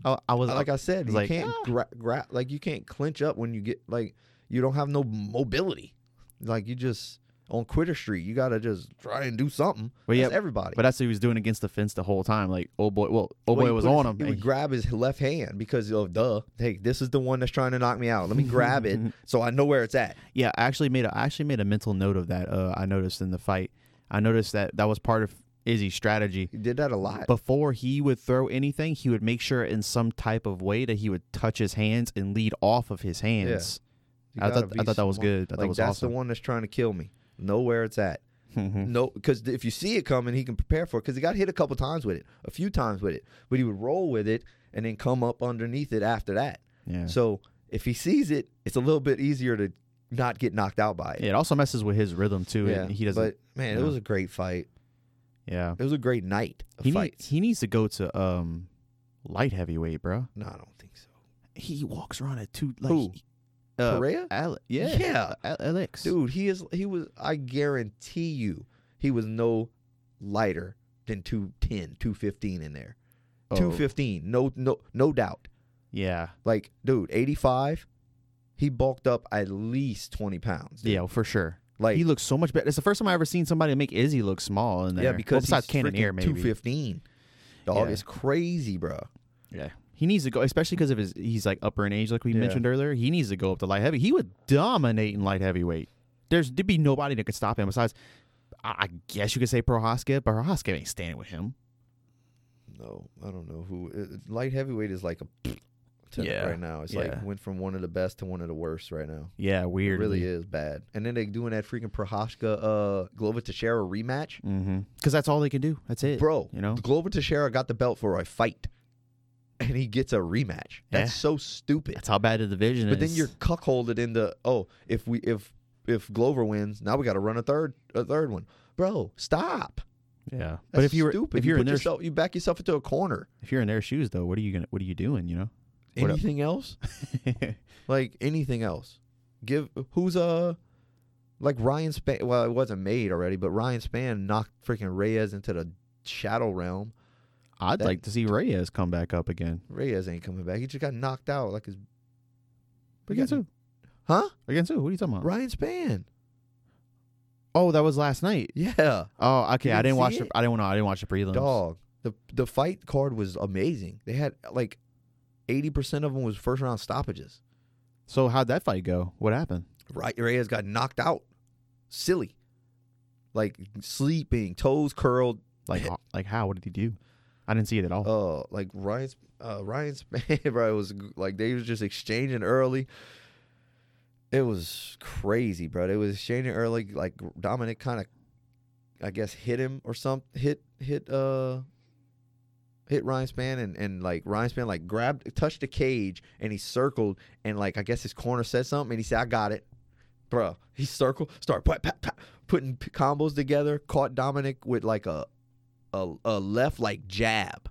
Speaker 2: I, I was
Speaker 1: like I said,
Speaker 2: it's
Speaker 1: you
Speaker 2: like, "Ah."
Speaker 1: can't gra- gra- like you can't clinch up when you get like you don't have no mobility. Like you just on quitter street, you gotta just try and do something.
Speaker 2: Well, yeah,
Speaker 1: That's everybody.
Speaker 2: But that's what he was doing against the fence the whole time. Like, oh boy, well, oh
Speaker 1: Well,
Speaker 2: boy
Speaker 1: he
Speaker 2: was
Speaker 1: put
Speaker 2: on
Speaker 1: his-
Speaker 2: him.
Speaker 1: He
Speaker 2: and
Speaker 1: would grab his left hand because of duh. Hey, this is the one that's trying to knock me out. Let me grab it so I know where it's at.
Speaker 2: Yeah, I actually made a, I actually made a mental note of that. Uh, I noticed in the fight, I noticed that that was part of Izzy's strategy.
Speaker 1: He did that a lot.
Speaker 2: Before he would throw anything, he would make sure in some type of way that he would touch his hands and lead off of his hands.
Speaker 1: You
Speaker 2: I
Speaker 1: gotta
Speaker 2: thought-
Speaker 1: be
Speaker 2: I thought that was
Speaker 1: smart.
Speaker 2: good. I thought that
Speaker 1: like
Speaker 2: was
Speaker 1: that's
Speaker 2: awesome.
Speaker 1: the one that's trying to kill me. Know where it's at.
Speaker 2: Mhm.
Speaker 1: No, because if you see it coming, he can prepare for it. Because he got hit a couple times with it, a few times with it, but he would roll with it and then come up underneath it after that.
Speaker 2: yeah.
Speaker 1: Mm-hmm. So if he sees it, it's a little bit easier to not get knocked out by it.
Speaker 2: it also messes with his rhythm too.
Speaker 1: Yeah,
Speaker 2: and he doesn't.
Speaker 1: But man, it
Speaker 2: yeah.
Speaker 1: was a great fight.
Speaker 2: yeah,
Speaker 1: It was a great night of
Speaker 2: he needs
Speaker 1: fights.
Speaker 2: he needs to go to um light heavyweight, bro.
Speaker 1: no, I don't think so.
Speaker 2: He walks around at two. Like,
Speaker 1: Who?
Speaker 2: he- uh,
Speaker 1: Perea?
Speaker 2: Ale- yeah,
Speaker 1: Yeah.
Speaker 2: uh, Alex.
Speaker 1: Dude, he is. He was. I guarantee you, he was no lighter than 210, 215 in there.
Speaker 2: Oh,
Speaker 1: 215, no, no, no doubt.
Speaker 2: Yeah,
Speaker 1: Like, dude, 85, he bulked up at least 20 pounds. dude.
Speaker 2: yeah, for sure.
Speaker 1: Like,
Speaker 2: he looks so much better. It's the first time I ever seen somebody make Izzy look small in there.
Speaker 1: yeah,
Speaker 2: Well,
Speaker 1: because
Speaker 2: besides
Speaker 1: he's
Speaker 2: Cannoneer,
Speaker 1: freaking
Speaker 2: maybe.
Speaker 1: 215. Dog,
Speaker 2: Yeah.
Speaker 1: it's crazy, bro.
Speaker 2: Yeah, He needs to go, especially because of his. He's like upper in age, like we
Speaker 1: Yeah.
Speaker 2: mentioned earlier. He needs to go up to light heavy. He would dominate in light heavyweight. There's there'd be nobody that could stop him besides. I I guess you could say Prohaska, but Prohaska ain't standing with him.
Speaker 1: No, I don't know who. uh, Light heavyweight is like a to
Speaker 2: Yeah,
Speaker 1: right now. It's
Speaker 2: yeah.
Speaker 1: like went from one of the best to one of the worst right now.
Speaker 2: Yeah,
Speaker 1: It
Speaker 2: weird.
Speaker 1: really is bad. And then they doing that freaking Prohaska uh Glover Teixeira rematch.
Speaker 2: Mm-hmm. Because that's all they can do. That's it,
Speaker 1: Bro,
Speaker 2: You know.
Speaker 1: Glover Teixeira got the belt for a fight. And he gets a rematch. That's
Speaker 2: Yeah.
Speaker 1: so stupid.
Speaker 2: That's how bad the division
Speaker 1: but
Speaker 2: is.
Speaker 1: then you're cuckolded into oh, if we if if Glover wins, now we got to run a third a third one. Bro, stop.
Speaker 2: yeah.
Speaker 1: That's
Speaker 2: But if you're
Speaker 1: stupid.
Speaker 2: if
Speaker 1: you
Speaker 2: you're
Speaker 1: put
Speaker 2: in their
Speaker 1: yourself, you back yourself into a corner.
Speaker 2: if you're in their shoes though, what are you gonna what are you doing? You What up?
Speaker 1: Anything else?
Speaker 2: know.
Speaker 1: like anything else. Give who's uh like Ryan Span. Well, it wasn't made already, but Ryan Span knocked freaking Reyes into the shadow realm.
Speaker 2: I'd
Speaker 1: That-
Speaker 2: like to see Reyes come back up again.
Speaker 1: Reyes ain't coming back. He just got knocked out. Like his We
Speaker 2: Against
Speaker 1: got-
Speaker 2: who?
Speaker 1: huh?
Speaker 2: Against who? What are you talking about?
Speaker 1: Ryan Span.
Speaker 2: Oh, that was last night.
Speaker 1: Yeah,
Speaker 2: Oh, okay.
Speaker 1: You
Speaker 2: I
Speaker 1: didn't
Speaker 2: didn't watch.
Speaker 1: see
Speaker 2: The,
Speaker 1: it?
Speaker 2: I didn't know. I didn't watch the prelims.
Speaker 1: dog. The the fight card was amazing. They had like eighty percent of them was first round stoppages.
Speaker 2: So how'd that fight go? What happened?
Speaker 1: Right, Reyes got knocked out. Silly. Like sleeping, toes curled,
Speaker 2: Like, ho- like how? What did he do? I didn't see it at all.
Speaker 1: Oh, like Ryan's uh, Ryan's bro it was g- like they was just exchanging early. It was crazy, bro. They was exchanging early. Like Dominic kind of, I guess, hit him or something. Hit hit uh. Hit Ryan Span and, and like Ryan Span like grabbed touched the cage and he circled and like I guess his corner said something and he said I got it, bro. He circled, started pat, pat, pat, putting p- combos together, caught Dominic with like a a, a left like jab,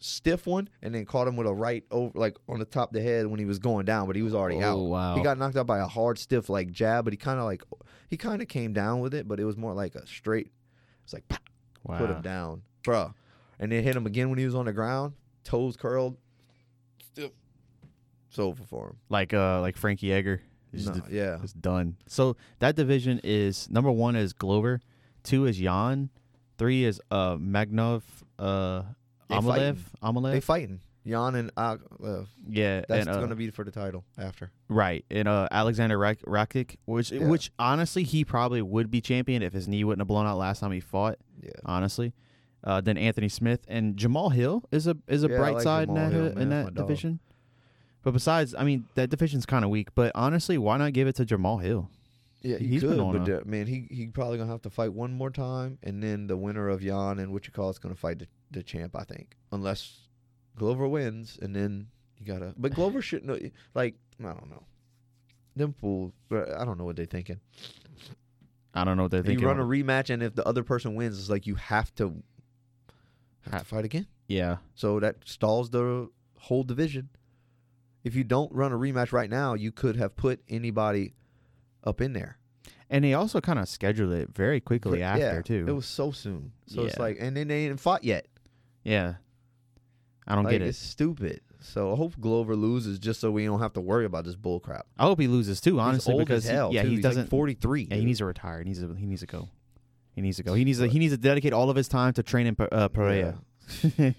Speaker 1: stiff one, and then caught him with a right over like on the top of the head when he was going down, but he was already
Speaker 2: oh
Speaker 1: out.
Speaker 2: wow.
Speaker 1: He got knocked out by a hard stiff like jab, but he kind of like he kind of came down with it, but it was more like a straight. It's like "Pah,"
Speaker 2: wow.
Speaker 1: put him down, bruh, and then hit him again when he was on the ground, toes curled, stiff. It's over for him.
Speaker 2: Like uh, like Frankie Edgar. It's
Speaker 1: Nah,
Speaker 2: just-
Speaker 1: yeah,
Speaker 2: it's done. So that division is number one is Glover, two is Jan, three is uh Magnov, uh
Speaker 1: They
Speaker 2: Amalev,
Speaker 1: fighting. they
Speaker 2: Amalev.
Speaker 1: fighting. Jan and uh, uh,
Speaker 2: Yeah,
Speaker 1: that's
Speaker 2: and, uh,
Speaker 1: gonna be for the title after.
Speaker 2: Right, and uh, Alexander Rak- Rakic, which
Speaker 1: Yeah.
Speaker 2: which honestly he probably would be champion if his knee wouldn't have blown out last time he fought.
Speaker 1: Yeah,
Speaker 2: Honestly, uh, then Anthony Smith and Jamal Hill is a is a
Speaker 1: Yeah, I
Speaker 2: bright
Speaker 1: like
Speaker 2: side
Speaker 1: Jamal
Speaker 2: in that
Speaker 1: Hill,
Speaker 2: in
Speaker 1: man. That's my
Speaker 2: that
Speaker 1: dog.
Speaker 2: division. But besides, I mean that division's kind of weak. But honestly, why not give it to Jamal Hill?
Speaker 1: yeah, he
Speaker 2: He's been
Speaker 1: could,
Speaker 2: on
Speaker 1: but
Speaker 2: a-
Speaker 1: the- man, he he probably gonna have to fight one more time, and then the winner of Jan and what you call it's gonna fight the, the champ, I think, unless Glover wins, and then you gotta. But Glover shouldn't like I don't know. Them fools, bro, I don't know what they're thinking.
Speaker 2: I don't know what they're thinking.
Speaker 1: you run a
Speaker 2: on-
Speaker 1: rematch, and if the other person wins, it's like you have to have to
Speaker 2: Have-
Speaker 1: fight again.
Speaker 2: yeah,
Speaker 1: So that stalls the whole division. If you don't run a rematch right now, you could have put anybody up in there.
Speaker 2: and they also kind of scheduled it very quickly
Speaker 1: Yeah,
Speaker 2: after too.
Speaker 1: It was so soon. So it's
Speaker 2: Yeah.
Speaker 1: like, and then they ain't fought yet.
Speaker 2: yeah, I don't
Speaker 1: Like,
Speaker 2: get it.
Speaker 1: It's stupid. So I hope Glover loses just so we don't have to worry about this bull crap.
Speaker 2: I hope he loses too. Honestly,
Speaker 1: he's old
Speaker 2: because
Speaker 1: as
Speaker 2: he-
Speaker 1: hell,
Speaker 2: yeah,
Speaker 1: too.
Speaker 2: he
Speaker 1: He's, like,
Speaker 2: doesn't
Speaker 1: 43.
Speaker 2: Yeah, he
Speaker 1: dude.
Speaker 2: needs to retire. He needs to. He needs to go. He needs to go. He needs to. He needs to dedicate all of his time to training Pe- uh, Perea.
Speaker 1: Yeah.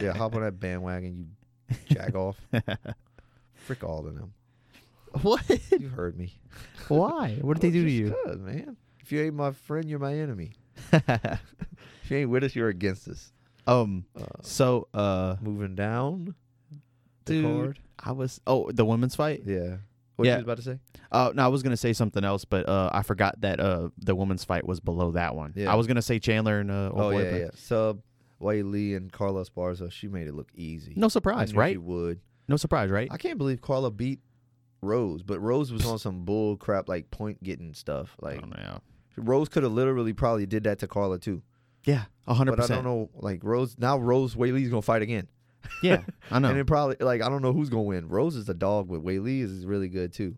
Speaker 1: yeah, hop on that bandwagon, you jag off. Frick all of them.
Speaker 2: what?
Speaker 1: You heard me.
Speaker 2: Why? What did they do to you?
Speaker 1: Good, man. If you ain't my friend, you're my enemy. If you ain't with us, you're against us.
Speaker 2: um.
Speaker 1: Uh,
Speaker 2: So, uh,
Speaker 1: moving down the
Speaker 2: Dude.
Speaker 1: card.
Speaker 2: I was. Oh, the women's fight.
Speaker 1: Yeah. What
Speaker 2: Yeah.
Speaker 1: you was about to say?
Speaker 2: Oh no, I was gonna say something else, but uh, I forgot that uh, the women's fight was below that one.
Speaker 1: Yeah.
Speaker 2: I was gonna say Chandler and uh.
Speaker 1: Oh,
Speaker 2: Old Boy,
Speaker 1: yeah,
Speaker 2: but
Speaker 1: yeah. Sub, Wei Lee, and Carla Esparza. She made it look easy.
Speaker 2: No
Speaker 1: I
Speaker 2: surprise,
Speaker 1: knew
Speaker 2: right?
Speaker 1: She would.
Speaker 2: No surprise, right?
Speaker 1: I can't believe Carla beat Rose, but Rose was on some bull crap like point getting stuff.
Speaker 2: I
Speaker 1: Like
Speaker 2: don't know.
Speaker 1: Rose could have literally probably did that to Carla too.
Speaker 2: Yeah, hundred
Speaker 1: But I don't
Speaker 2: percent.
Speaker 1: know. Like Rose now, Rose Whaley's gonna fight again,
Speaker 2: Yeah, I know.
Speaker 1: and then probably like I don't know who's gonna win. Rose is the dog, but Whaley is really good too.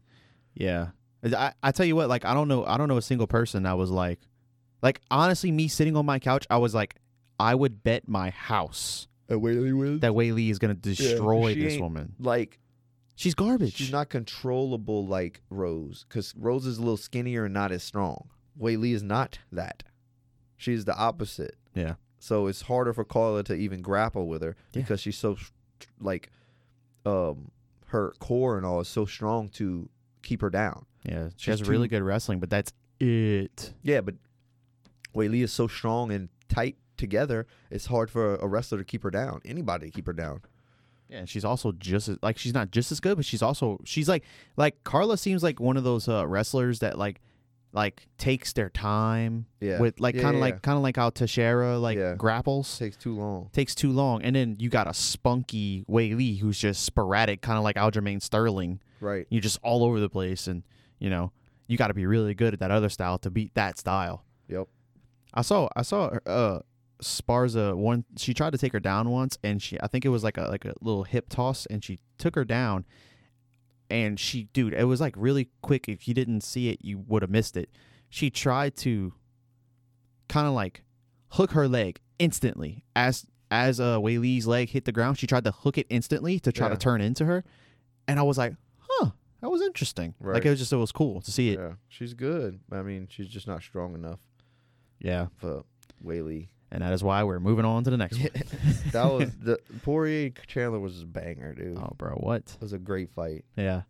Speaker 2: Yeah. I, I tell you what, like I don't know I don't know a single person that was like like honestly, me sitting on my couch, I was like, I would bet my house
Speaker 1: And Whaley wins.
Speaker 2: that Wei Lee is gonna destroy
Speaker 1: she
Speaker 2: this
Speaker 1: ain't-
Speaker 2: woman.
Speaker 1: like
Speaker 2: She's garbage.
Speaker 1: she's not controllable like Rose, because Rose is a little skinnier and not as strong. Whaley is not that. She's the opposite.
Speaker 2: yeah.
Speaker 1: So it's harder for Carla to even grapple with her
Speaker 2: Yeah.
Speaker 1: because she's so s- like um her core and all is so strong to keep her down.
Speaker 2: Yeah, she
Speaker 1: She's
Speaker 2: has really
Speaker 1: too-
Speaker 2: good wrestling, but that's it.
Speaker 1: Yeah, but Wei Lee is so strong and tight together, it's hard for a wrestler to keep her down. Anybody to keep her down.
Speaker 2: Yeah, and she's also just as, like she's not just as good, but she's also she's like like Carla seems like one of those uh, wrestlers that like like takes their time
Speaker 1: Yeah.
Speaker 2: with like
Speaker 1: Yeah,
Speaker 2: kind of
Speaker 1: yeah,
Speaker 2: like
Speaker 1: yeah.
Speaker 2: kind of like how Teixeira like
Speaker 1: Yeah.
Speaker 2: grapples
Speaker 1: takes too long.
Speaker 2: takes too long, and then you got a spunky Wei Lee who's just sporadic, kind of like Aljamain Sterling.
Speaker 1: Right.
Speaker 2: You're just all over the place, and you know you got to be really good at that other style to beat that style.
Speaker 1: Yep.
Speaker 2: I saw I saw uh Sparza one she tried to take her down once and she I think it was like a like a little hip toss and she took her down and she dude it was like really quick if you didn't see it you would have missed it. She tried to kind of like hook her leg instantly as as uh Wei Lee's leg hit the ground she tried to hook it instantly to try to
Speaker 1: Yeah.
Speaker 2: turn into her and I was like, "Huh, that was interesting." Like
Speaker 1: Right.
Speaker 2: it was just it was cool to see it.
Speaker 1: Yeah. She's good. I mean, she's just not strong enough
Speaker 2: yeah.
Speaker 1: for Wei Lee.
Speaker 2: And that is why we're moving on to the next one.
Speaker 1: That was the Poirier Chandler was a banger, dude.
Speaker 2: Oh, bro, what?
Speaker 1: It was a great fight.
Speaker 2: Yeah,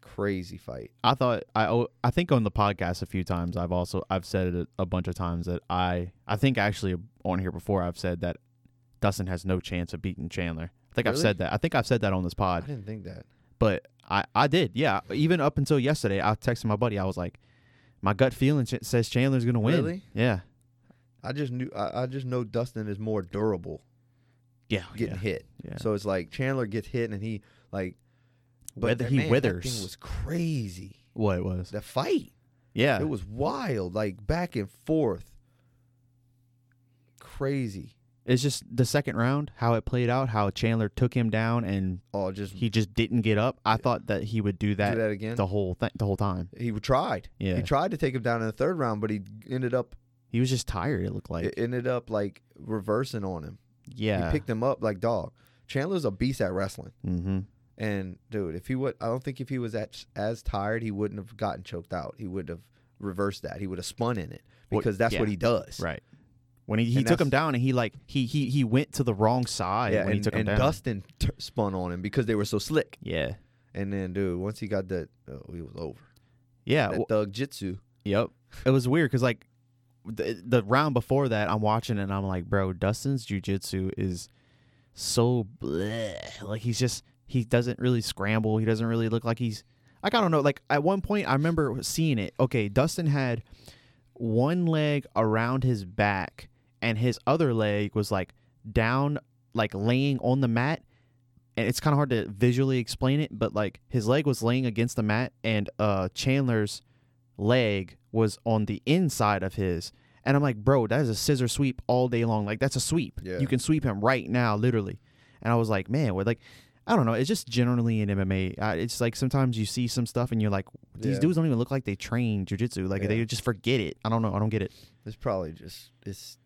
Speaker 1: Crazy fight.
Speaker 2: I thought I al- I think on the podcast a few times I've also I've said it a, a bunch of times that I I think actually on here before I've said that Dustin has no chance of beating Chandler. I think I've
Speaker 1: Really?
Speaker 2: said that. I think I've said that on this
Speaker 1: I
Speaker 2: pod,
Speaker 1: didn't think that.
Speaker 2: but I I did. Yeah, even up until yesterday, I texted my buddy. I was like, my gut feeling ch- says Chandler's gonna win.
Speaker 1: Really?
Speaker 2: Yeah.
Speaker 1: I just knew I, I just know Dustin is more durable
Speaker 2: Yeah.
Speaker 1: getting
Speaker 2: Oh, yeah.
Speaker 1: hit.
Speaker 2: yeah.
Speaker 1: So it's like Chandler gets hit and he like but
Speaker 2: Whether
Speaker 1: that-
Speaker 2: he
Speaker 1: man, that
Speaker 2: withers.
Speaker 1: thing was crazy.
Speaker 2: what it was.
Speaker 1: The fight.
Speaker 2: Yeah.
Speaker 1: It was wild, like back and forth. Crazy.
Speaker 2: it's just the second round, how it played out, how Chandler took him down, and
Speaker 1: Oh, just
Speaker 2: he just didn't get up. I thought that he would do that,
Speaker 1: do that again.
Speaker 2: the whole th- the whole time.
Speaker 1: He tried.
Speaker 2: Yeah.
Speaker 1: He tried to take him down in the third round, but he ended up
Speaker 2: He was just tired. It looked like.
Speaker 1: it ended up like reversing on him.
Speaker 2: yeah.
Speaker 1: He picked him up like dog. Chandler's a beast at wrestling.
Speaker 2: mm-hmm.
Speaker 1: And dude, if he would, I don't think if he was at, as tired, he wouldn't have gotten choked out. He would have reversed that. He would have spun in it
Speaker 2: Well,
Speaker 1: because that's what
Speaker 2: yeah.
Speaker 1: he does.
Speaker 2: Right. When he, he
Speaker 1: And
Speaker 2: took him
Speaker 1: that's-
Speaker 2: down and he like he he he went to the wrong side
Speaker 1: Yeah.
Speaker 2: when
Speaker 1: And,
Speaker 2: he took him
Speaker 1: and
Speaker 2: down.
Speaker 1: Dustin t- spun on him because they were so slick.
Speaker 2: yeah.
Speaker 1: And then, dude, once he got that, oh, he was over.
Speaker 2: Yeah.
Speaker 1: That
Speaker 2: w-
Speaker 1: thug jitsu.
Speaker 2: yep. It was weird because like the, the round before that, I'm watching and I'm like, bro, Dustin's jujitsu is so bleh. like he's just he doesn't really scramble. He doesn't really look like he's like I don't know. Like at one point, I remember seeing it. Okay, Dustin had one leg around his back and his other leg was like down like laying on the mat and it's kind of hard to visually explain it but like his leg was laying against the mat and uh chandler's leg was on the inside of his and i'm like bro that is a scissor sweep all day long like that's a sweep
Speaker 1: Yeah.
Speaker 2: you can sweep him right now literally and i was like man what like i don't know it's just generally in mma uh, it's like sometimes you see some stuff and you're like these
Speaker 1: Yeah.
Speaker 2: dudes don't even look like they train jujitsu like
Speaker 1: Yeah.
Speaker 2: they just forget it i don't know i don't get it
Speaker 1: It's probably just it's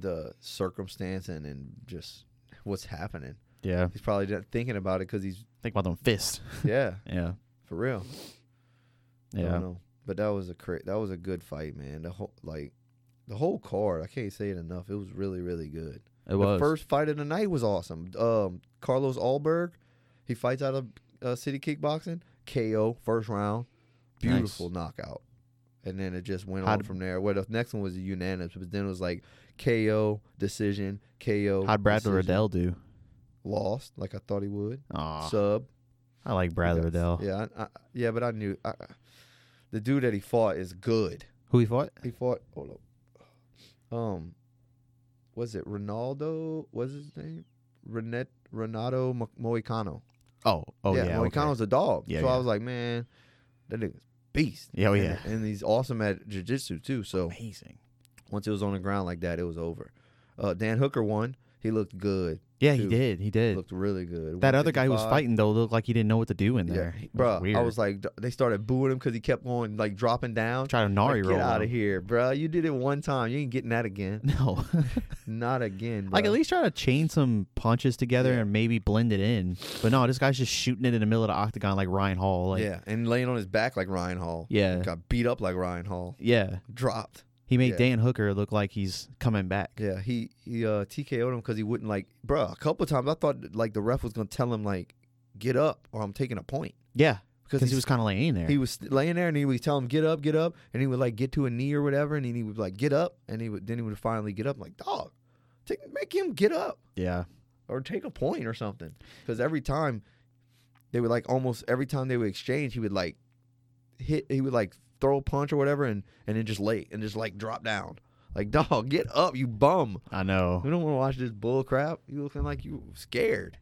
Speaker 1: the circumstance and, and just what's happening.
Speaker 2: yeah
Speaker 1: He's probably not thinking about it because he's
Speaker 2: Think about them fists.
Speaker 1: yeah,
Speaker 2: Yeah.
Speaker 1: for real. I
Speaker 2: Yeah.
Speaker 1: don't know. But that was a cra- that was a good fight, man. The whole like the whole card, I can't say it enough. It was really really good.
Speaker 2: It
Speaker 1: The first fight of the night was awesome. Um, Carlos Alberg, he fights out of uh, City Kickboxing, KO first round, beautiful knockout. And then it just went
Speaker 2: How'd-
Speaker 1: on from there. Well, the next one was unanimous, but then it was like KO decision, KO.
Speaker 2: How'd Bradley
Speaker 1: decision.
Speaker 2: Riddell do?
Speaker 1: lost like I thought he would?
Speaker 2: Aw.
Speaker 1: Sub
Speaker 2: I like Bradley
Speaker 1: Yeah,
Speaker 2: Riddell.
Speaker 1: Yeah, I, I, yeah, but I knew I, I- the dude that he fought is good.
Speaker 2: Who he fought?
Speaker 1: He fought. Hold up. Um, was it Ronaldo? Was his name? Renet Renato Mo- Moicano.
Speaker 2: Oh, oh yeah. okay.
Speaker 1: Moicano's a dog.
Speaker 2: Yeah,
Speaker 1: so
Speaker 2: yeah.
Speaker 1: I was like, man, that nigga's beast.
Speaker 2: Yeah, oh,
Speaker 1: And-
Speaker 2: yeah. Oh,
Speaker 1: And, he's awesome at jiu-jitsu too. So
Speaker 2: Amazing.
Speaker 1: once it was on the ground like that, it was over. Uh, Dan Hooker won. He looked good.
Speaker 2: Yeah, he
Speaker 1: Dude,
Speaker 2: did. He did.
Speaker 1: Looked really good.
Speaker 2: That other guy who was
Speaker 1: 155.
Speaker 2: fighting though looked like he didn't know what to do in there. It was
Speaker 1: bro.
Speaker 2: weird.
Speaker 1: I was like, they started booing him because he kept going like dropping down.
Speaker 2: try to nari
Speaker 1: Like,
Speaker 2: roll.
Speaker 1: get out of
Speaker 2: him.
Speaker 1: here, bro. You did it one time. You ain't getting that again.
Speaker 2: No.
Speaker 1: Not again, bro.
Speaker 2: like at least try to chain some punches together and maybe blend it in. But no, this guy's just shooting it in the middle of the octagon like Ryan Hall. Like
Speaker 1: yeah, and laying on his back like Ryan Hall.
Speaker 2: Yeah.
Speaker 1: Got beat up like Ryan Hall.
Speaker 2: Yeah.
Speaker 1: Dropped.
Speaker 2: He made
Speaker 1: Yeah.
Speaker 2: Dan Hooker look like he's coming back.
Speaker 1: Yeah, he he uh, TKO'd him because he wouldn't like, bro. A couple times I thought like the ref was gonna tell him like, get up or I'm taking a point
Speaker 2: Yeah, because
Speaker 1: because
Speaker 2: he
Speaker 1: he's-
Speaker 2: was kind of laying there.
Speaker 1: He was laying there and he would tell him get up, get up, and he would like get to a knee or whatever, and then he would like get up, and he would then he would finally get up. I'm like dog, take, make him get up
Speaker 2: yeah,
Speaker 1: or take a point or something, because every time they would like almost every time they would exchange, he would like hit, he would like throw a punch or whatever, and and then just lay and just like drop down. Like dog, get up, you bum.
Speaker 2: I know.
Speaker 1: We don't want to watch this bull crap. You looking like you scared.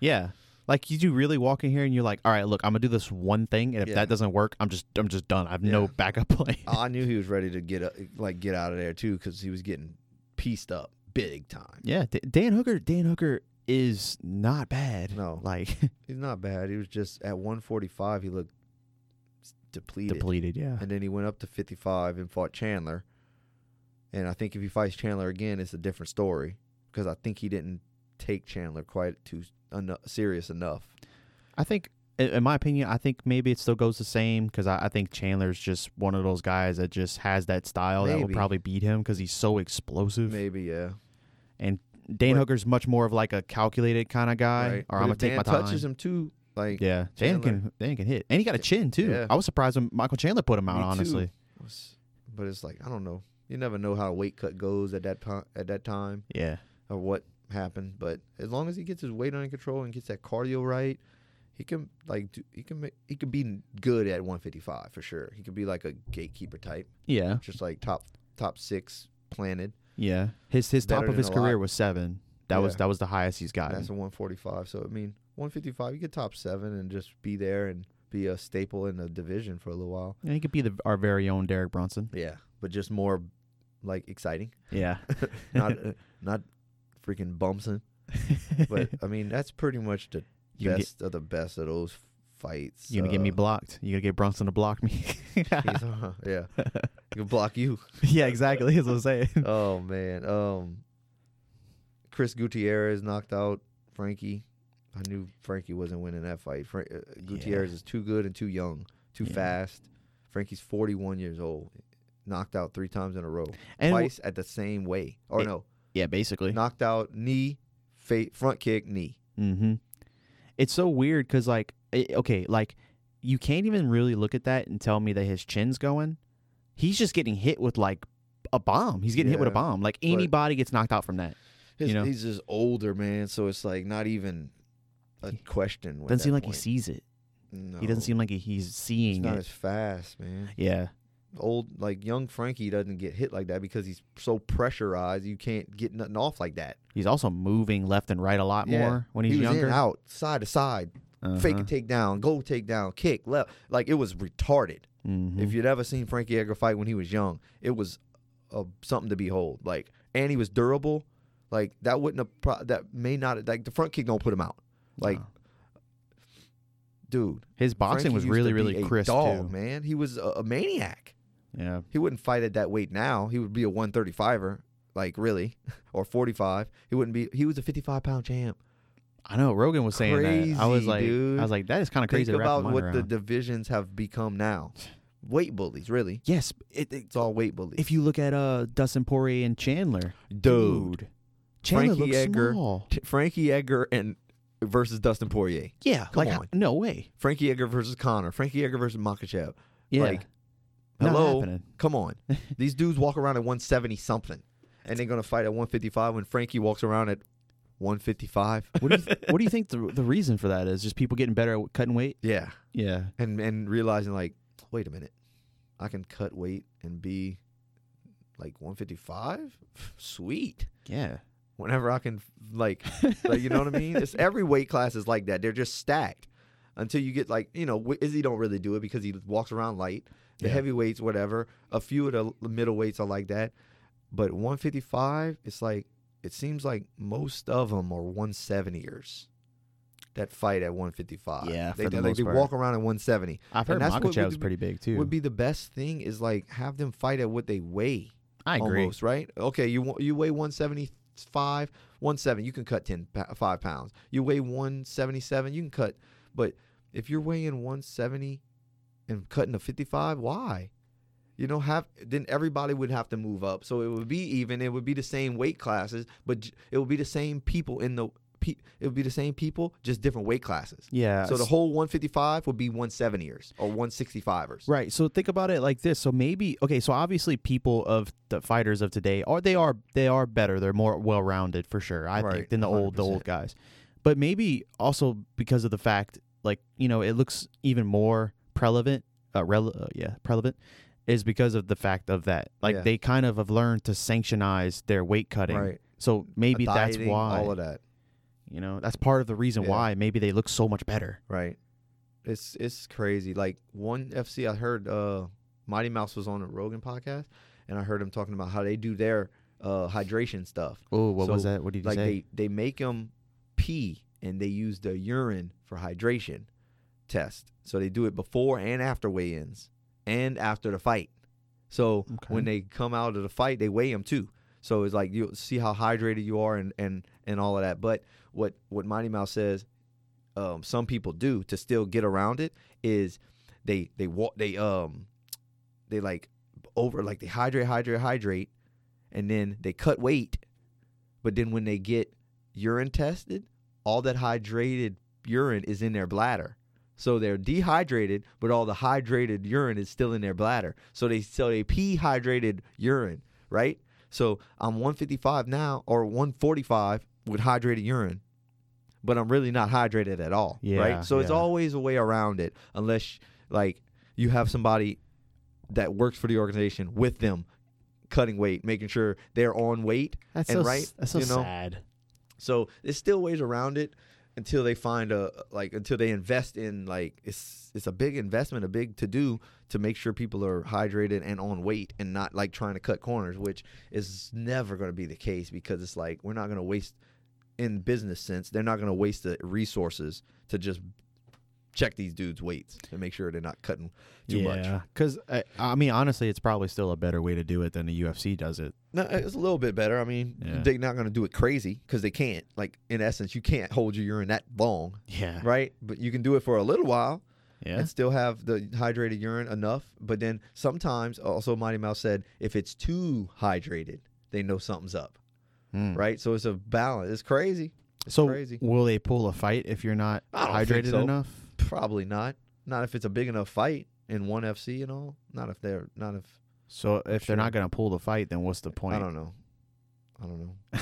Speaker 2: Yeah. Like you do really walk in here and you're like, all right, look, I'm gonna do this one thing, and if
Speaker 1: Yeah.
Speaker 2: that doesn't work, I'm just I'm just done. I have
Speaker 1: Yeah. Uh,
Speaker 2: no backup plan.
Speaker 1: I knew he was ready to get up, like get out of there too, because he was getting pieced up big time.
Speaker 2: yeah, D- Dan Hooker. Dan Hooker is not bad.
Speaker 1: No.
Speaker 2: like
Speaker 1: He's not bad. He was just at 145. He looked s- depleted,
Speaker 2: depleted. Yeah,
Speaker 1: and then he went up to 55 and fought Chandler. And I think if he fights Chandler again, it's a different story because I think he didn't take Chandler quite too eno- serious enough.
Speaker 2: I think, in in my opinion, I think maybe it still goes the same because I, I think Chandler's just one of those guys that just has that style that will
Speaker 1: Maybe.
Speaker 2: probably beat him because he's so explosive.
Speaker 1: Maybe yeah.
Speaker 2: Dan
Speaker 1: But-
Speaker 2: Hooker's much more of like a calculated kind of guy,
Speaker 1: right.
Speaker 2: or
Speaker 1: But
Speaker 2: I'm gonna
Speaker 1: if
Speaker 2: take
Speaker 1: Dan
Speaker 2: my time.
Speaker 1: touches him too, like
Speaker 2: yeah, Dan can Dan can hit, and he got a chin too.
Speaker 1: Yeah.
Speaker 2: I was surprised when Michael Chandler put him out.
Speaker 1: Me too.
Speaker 2: honestly,
Speaker 1: was- but it's like I don't know. You never know how a weight cut goes at that po- at that time
Speaker 2: yeah.
Speaker 1: or what happened. But as long as he gets his weight under control and gets that cardio right, he can like do, he can make, he can be good at 155 for sure. He could be like a gatekeeper type,
Speaker 2: Yeah,
Speaker 1: just like top top six planted.
Speaker 2: yeah. His his
Speaker 1: Better
Speaker 2: top of
Speaker 1: than
Speaker 2: his
Speaker 1: a
Speaker 2: career
Speaker 1: lot.
Speaker 2: was seven. That was
Speaker 1: Yeah.
Speaker 2: that was the highest he's gotten.
Speaker 1: That's a 145. So I mean 155, you could top seven and just be there and be a staple in the division for a little while.
Speaker 2: and he could be the, our very own Derek Bronson.
Speaker 1: Yeah, but just more like exciting,
Speaker 2: Yeah,
Speaker 1: not not freaking bumpsing. but I mean, that's pretty much the
Speaker 2: you gonna, get,
Speaker 1: best of the best of those fights. Uh,
Speaker 2: you gonna get me blocked. You gonna get Bronson to block me.
Speaker 1: blocked? yeah, I can block you.
Speaker 2: yeah, exactly. That's what I'm saying.
Speaker 1: Oh man, um, Chris Gutierrez knocked out Frankie. I knew Frankie wasn't winning that fight. Fra- uh, Gutierrez is too good and too young, too
Speaker 2: Yeah.
Speaker 1: fast. Frankie's 41 years old. Knocked out three times in a row,
Speaker 2: And w-
Speaker 1: twice at the same way. Or
Speaker 2: It-
Speaker 1: no,
Speaker 2: yeah, basically.
Speaker 1: knocked out knee, fa- front kick, knee.
Speaker 2: Mm-hmm. It's so weird because, like, it, okay, like you can't even really look at that and tell me that his chin's going. He's just getting hit with like a bomb. He's getting hit with a
Speaker 1: Yeah,
Speaker 2: bomb. Like
Speaker 1: but-
Speaker 2: anybody gets knocked out from that.
Speaker 1: His,
Speaker 2: You know?
Speaker 1: He's just older, man. So it's like not even a
Speaker 2: He-
Speaker 1: question. at
Speaker 2: Doesn't seem
Speaker 1: that
Speaker 2: like
Speaker 1: point.
Speaker 2: he sees it.
Speaker 1: No.
Speaker 2: He doesn't seem like he, he's
Speaker 1: He's
Speaker 2: seeing
Speaker 1: not
Speaker 2: it.
Speaker 1: as fast, man.
Speaker 2: yeah,
Speaker 1: Old like young Frankie doesn't get hit like that because he's so pressurized. You can't get nothing off like that.
Speaker 2: he's also moving left and right a lot
Speaker 1: Yeah.
Speaker 2: more when he's
Speaker 1: he was
Speaker 2: younger. Uh-huh.
Speaker 1: in out side to side, fake a takedown, go takedown, kick left. Like it was retarded.
Speaker 2: hmm
Speaker 1: If you'd ever seen Frankie Edgar fight when he was young, it was uh, something to behold. Like, and he was durable. Like that wouldn't have. Pro- that may not. Like the front kick don't put him out. Like, dude,
Speaker 2: his boxing
Speaker 1: Frankie
Speaker 2: was
Speaker 1: used
Speaker 2: really
Speaker 1: to be
Speaker 2: really
Speaker 1: a
Speaker 2: crisp
Speaker 1: Dog,
Speaker 2: too.
Speaker 1: man, he was a, a maniac.
Speaker 2: Yeah,
Speaker 1: He wouldn't fight at that weight now. He would be a 135er, er, like really, or 45. He wouldn't be. He was a 55 pound champ.
Speaker 2: I know. Rogan was saying that. I was
Speaker 1: Crazy,
Speaker 2: like,
Speaker 1: dude.
Speaker 2: I was like, that is kind of crazy.
Speaker 1: Think
Speaker 2: to wrap
Speaker 1: about
Speaker 2: your mind
Speaker 1: what the
Speaker 2: around.
Speaker 1: divisions have become now. Weight bullies, really.
Speaker 2: yes, it, it,
Speaker 1: It's all weight bullies.
Speaker 2: if you look at uh Dustin Poirier and Chandler,
Speaker 1: Dude.
Speaker 2: Chandler
Speaker 1: Frankie
Speaker 2: looks
Speaker 1: Edgar.
Speaker 2: small.
Speaker 1: T- Frankie Edgar and versus Dustin Poirier.
Speaker 2: Yeah,
Speaker 1: Come
Speaker 2: like
Speaker 1: on.
Speaker 2: no way.
Speaker 1: Frankie Edgar versus Connor. Frankie Edgar versus Makachev.
Speaker 2: Yeah,
Speaker 1: Like,
Speaker 2: not
Speaker 1: hello?
Speaker 2: happening.
Speaker 1: Come on. These dudes walk around at 170 something and they're going to fight at 155 when Frankie walks around at 155.
Speaker 2: What do you th- what do you think the the reason for that is? Just people getting better at cutting weight.
Speaker 1: Yeah.
Speaker 2: Yeah,
Speaker 1: And and realizing like, wait a minute. I can cut weight and be like 155? Sweet.
Speaker 2: yeah,
Speaker 1: Whenever I can like like you know what I mean? It's every weight class is like that. They're just stacked until you get like you know Wi- Izzy don't really do it because he walks around light. The
Speaker 2: Yeah.
Speaker 1: heavyweights, whatever. A few of the l- middleweights are like that, but 155, it's like it seems like most of them are 170ers. That fight at 155,
Speaker 2: Yeah,
Speaker 1: they
Speaker 2: for the
Speaker 1: like,
Speaker 2: most
Speaker 1: they
Speaker 2: part.
Speaker 1: walk around at 170.
Speaker 2: I've heard
Speaker 1: that's what would
Speaker 2: Makachev's
Speaker 1: be-
Speaker 2: pretty big too.
Speaker 1: Would be the best thing is like have them fight at what they weigh
Speaker 2: I agree.
Speaker 1: almost, right? Okay, you wa- you weigh 175, 17, you can cut 10 pa- 5 pounds. You weigh 177, you can cut. But if you're weighing 170 and cutting to 55, why? You know, have then everybody would have to move up, so it would be even. It would be the same weight classes, but j- it would be the same people in the. Pe- it would be the same people, just different weight classes.
Speaker 2: Yeah.
Speaker 1: So the whole 155 would be 170ers or 165ers.
Speaker 2: Right. So think about it like this. So maybe okay, so obviously people of the fighters of today are they are they are better. They're more well rounded for sure, I think,
Speaker 1: Right,
Speaker 2: than the old the old
Speaker 1: 100%.
Speaker 2: guys. But maybe also because of the fact like, you know, it looks even more prevalent uh, rel- uh yeah, prevalent is because of the fact of that. Like
Speaker 1: Yeah.
Speaker 2: they kind of have learned to sanctionize their weight cutting.
Speaker 1: Right.
Speaker 2: So maybe that's
Speaker 1: Dieting,
Speaker 2: why
Speaker 1: all of that.
Speaker 2: you know, that's part of the reason
Speaker 1: Yeah.
Speaker 2: why maybe they look so much better.
Speaker 1: Right. It's it's crazy. Like one FC, I heard uh, Mighty Mouse was on a Rogan podcast, and I heard him talking about how they do their uh, hydration stuff.
Speaker 2: Oh, what was
Speaker 1: So,
Speaker 2: that? What did you
Speaker 1: like
Speaker 2: say?
Speaker 1: they they make them pee, and they use the urine for hydration test. So they do it before and after weigh-ins, and after the fight. So
Speaker 2: Okay.
Speaker 1: when they come out of the fight, they weigh them too. So it's like you see how hydrated you are and and and all of that. But what what Mighty Mouse says, um, some people do to still get around it is they they walk they um they like over like they hydrate hydrate hydrate, and then they cut weight. But then when they get urine tested, all that hydrated urine is in their bladder. So they're dehydrated, but all the hydrated urine is still in their bladder. So they so they pee hydrated urine, right? So I'm 155 now or 145 with hydrated urine, but I'm really not hydrated at all, right?
Speaker 2: Yeah,
Speaker 1: So it's
Speaker 2: yeah.
Speaker 1: always a way around it, unless like you have somebody that works for the organization with them, cutting weight, making sure they're on weight.
Speaker 2: that's
Speaker 1: and
Speaker 2: so s-
Speaker 1: right,
Speaker 2: that's so
Speaker 1: you know,
Speaker 2: sad.
Speaker 1: So there's still ways around it until they find a like until they invest in like it's it's a big investment, a big to do to make sure people are hydrated and on weight and not like trying to cut corners, which is never going to be the case because it's like we're not going to waste in business sense, they're not going to waste the resources to just check these dudes' weights and make sure they're not cutting too much.
Speaker 2: Because I, uh, I mean, honestly, it's probably still a better way to do it than the UFC does it.
Speaker 1: No, it's a little bit better. I mean,
Speaker 2: Yeah.
Speaker 1: they're not going to do it crazy because they can't. Like in essence, you can't hold your urine that long,
Speaker 2: Yeah.
Speaker 1: right? But you can do it for a little while.
Speaker 2: Yeah.
Speaker 1: and still have the hydrated urine enough. But then sometimes, also Mighty Mouse said, if it's too hydrated, they know something's up,
Speaker 2: Mm.
Speaker 1: right? So it's a balance. It's crazy. It's
Speaker 2: so
Speaker 1: crazy.
Speaker 2: will they pull a fight if you're not
Speaker 1: I don't think
Speaker 2: hydrated
Speaker 1: so.
Speaker 2: enough?
Speaker 1: Probably not. Not if it's a big enough fight in one FC and all. Not if they're not if
Speaker 2: So if
Speaker 1: Sure.
Speaker 2: they're not gonna pull the fight, then what's the
Speaker 1: I
Speaker 2: point?
Speaker 1: don't know. I don't know.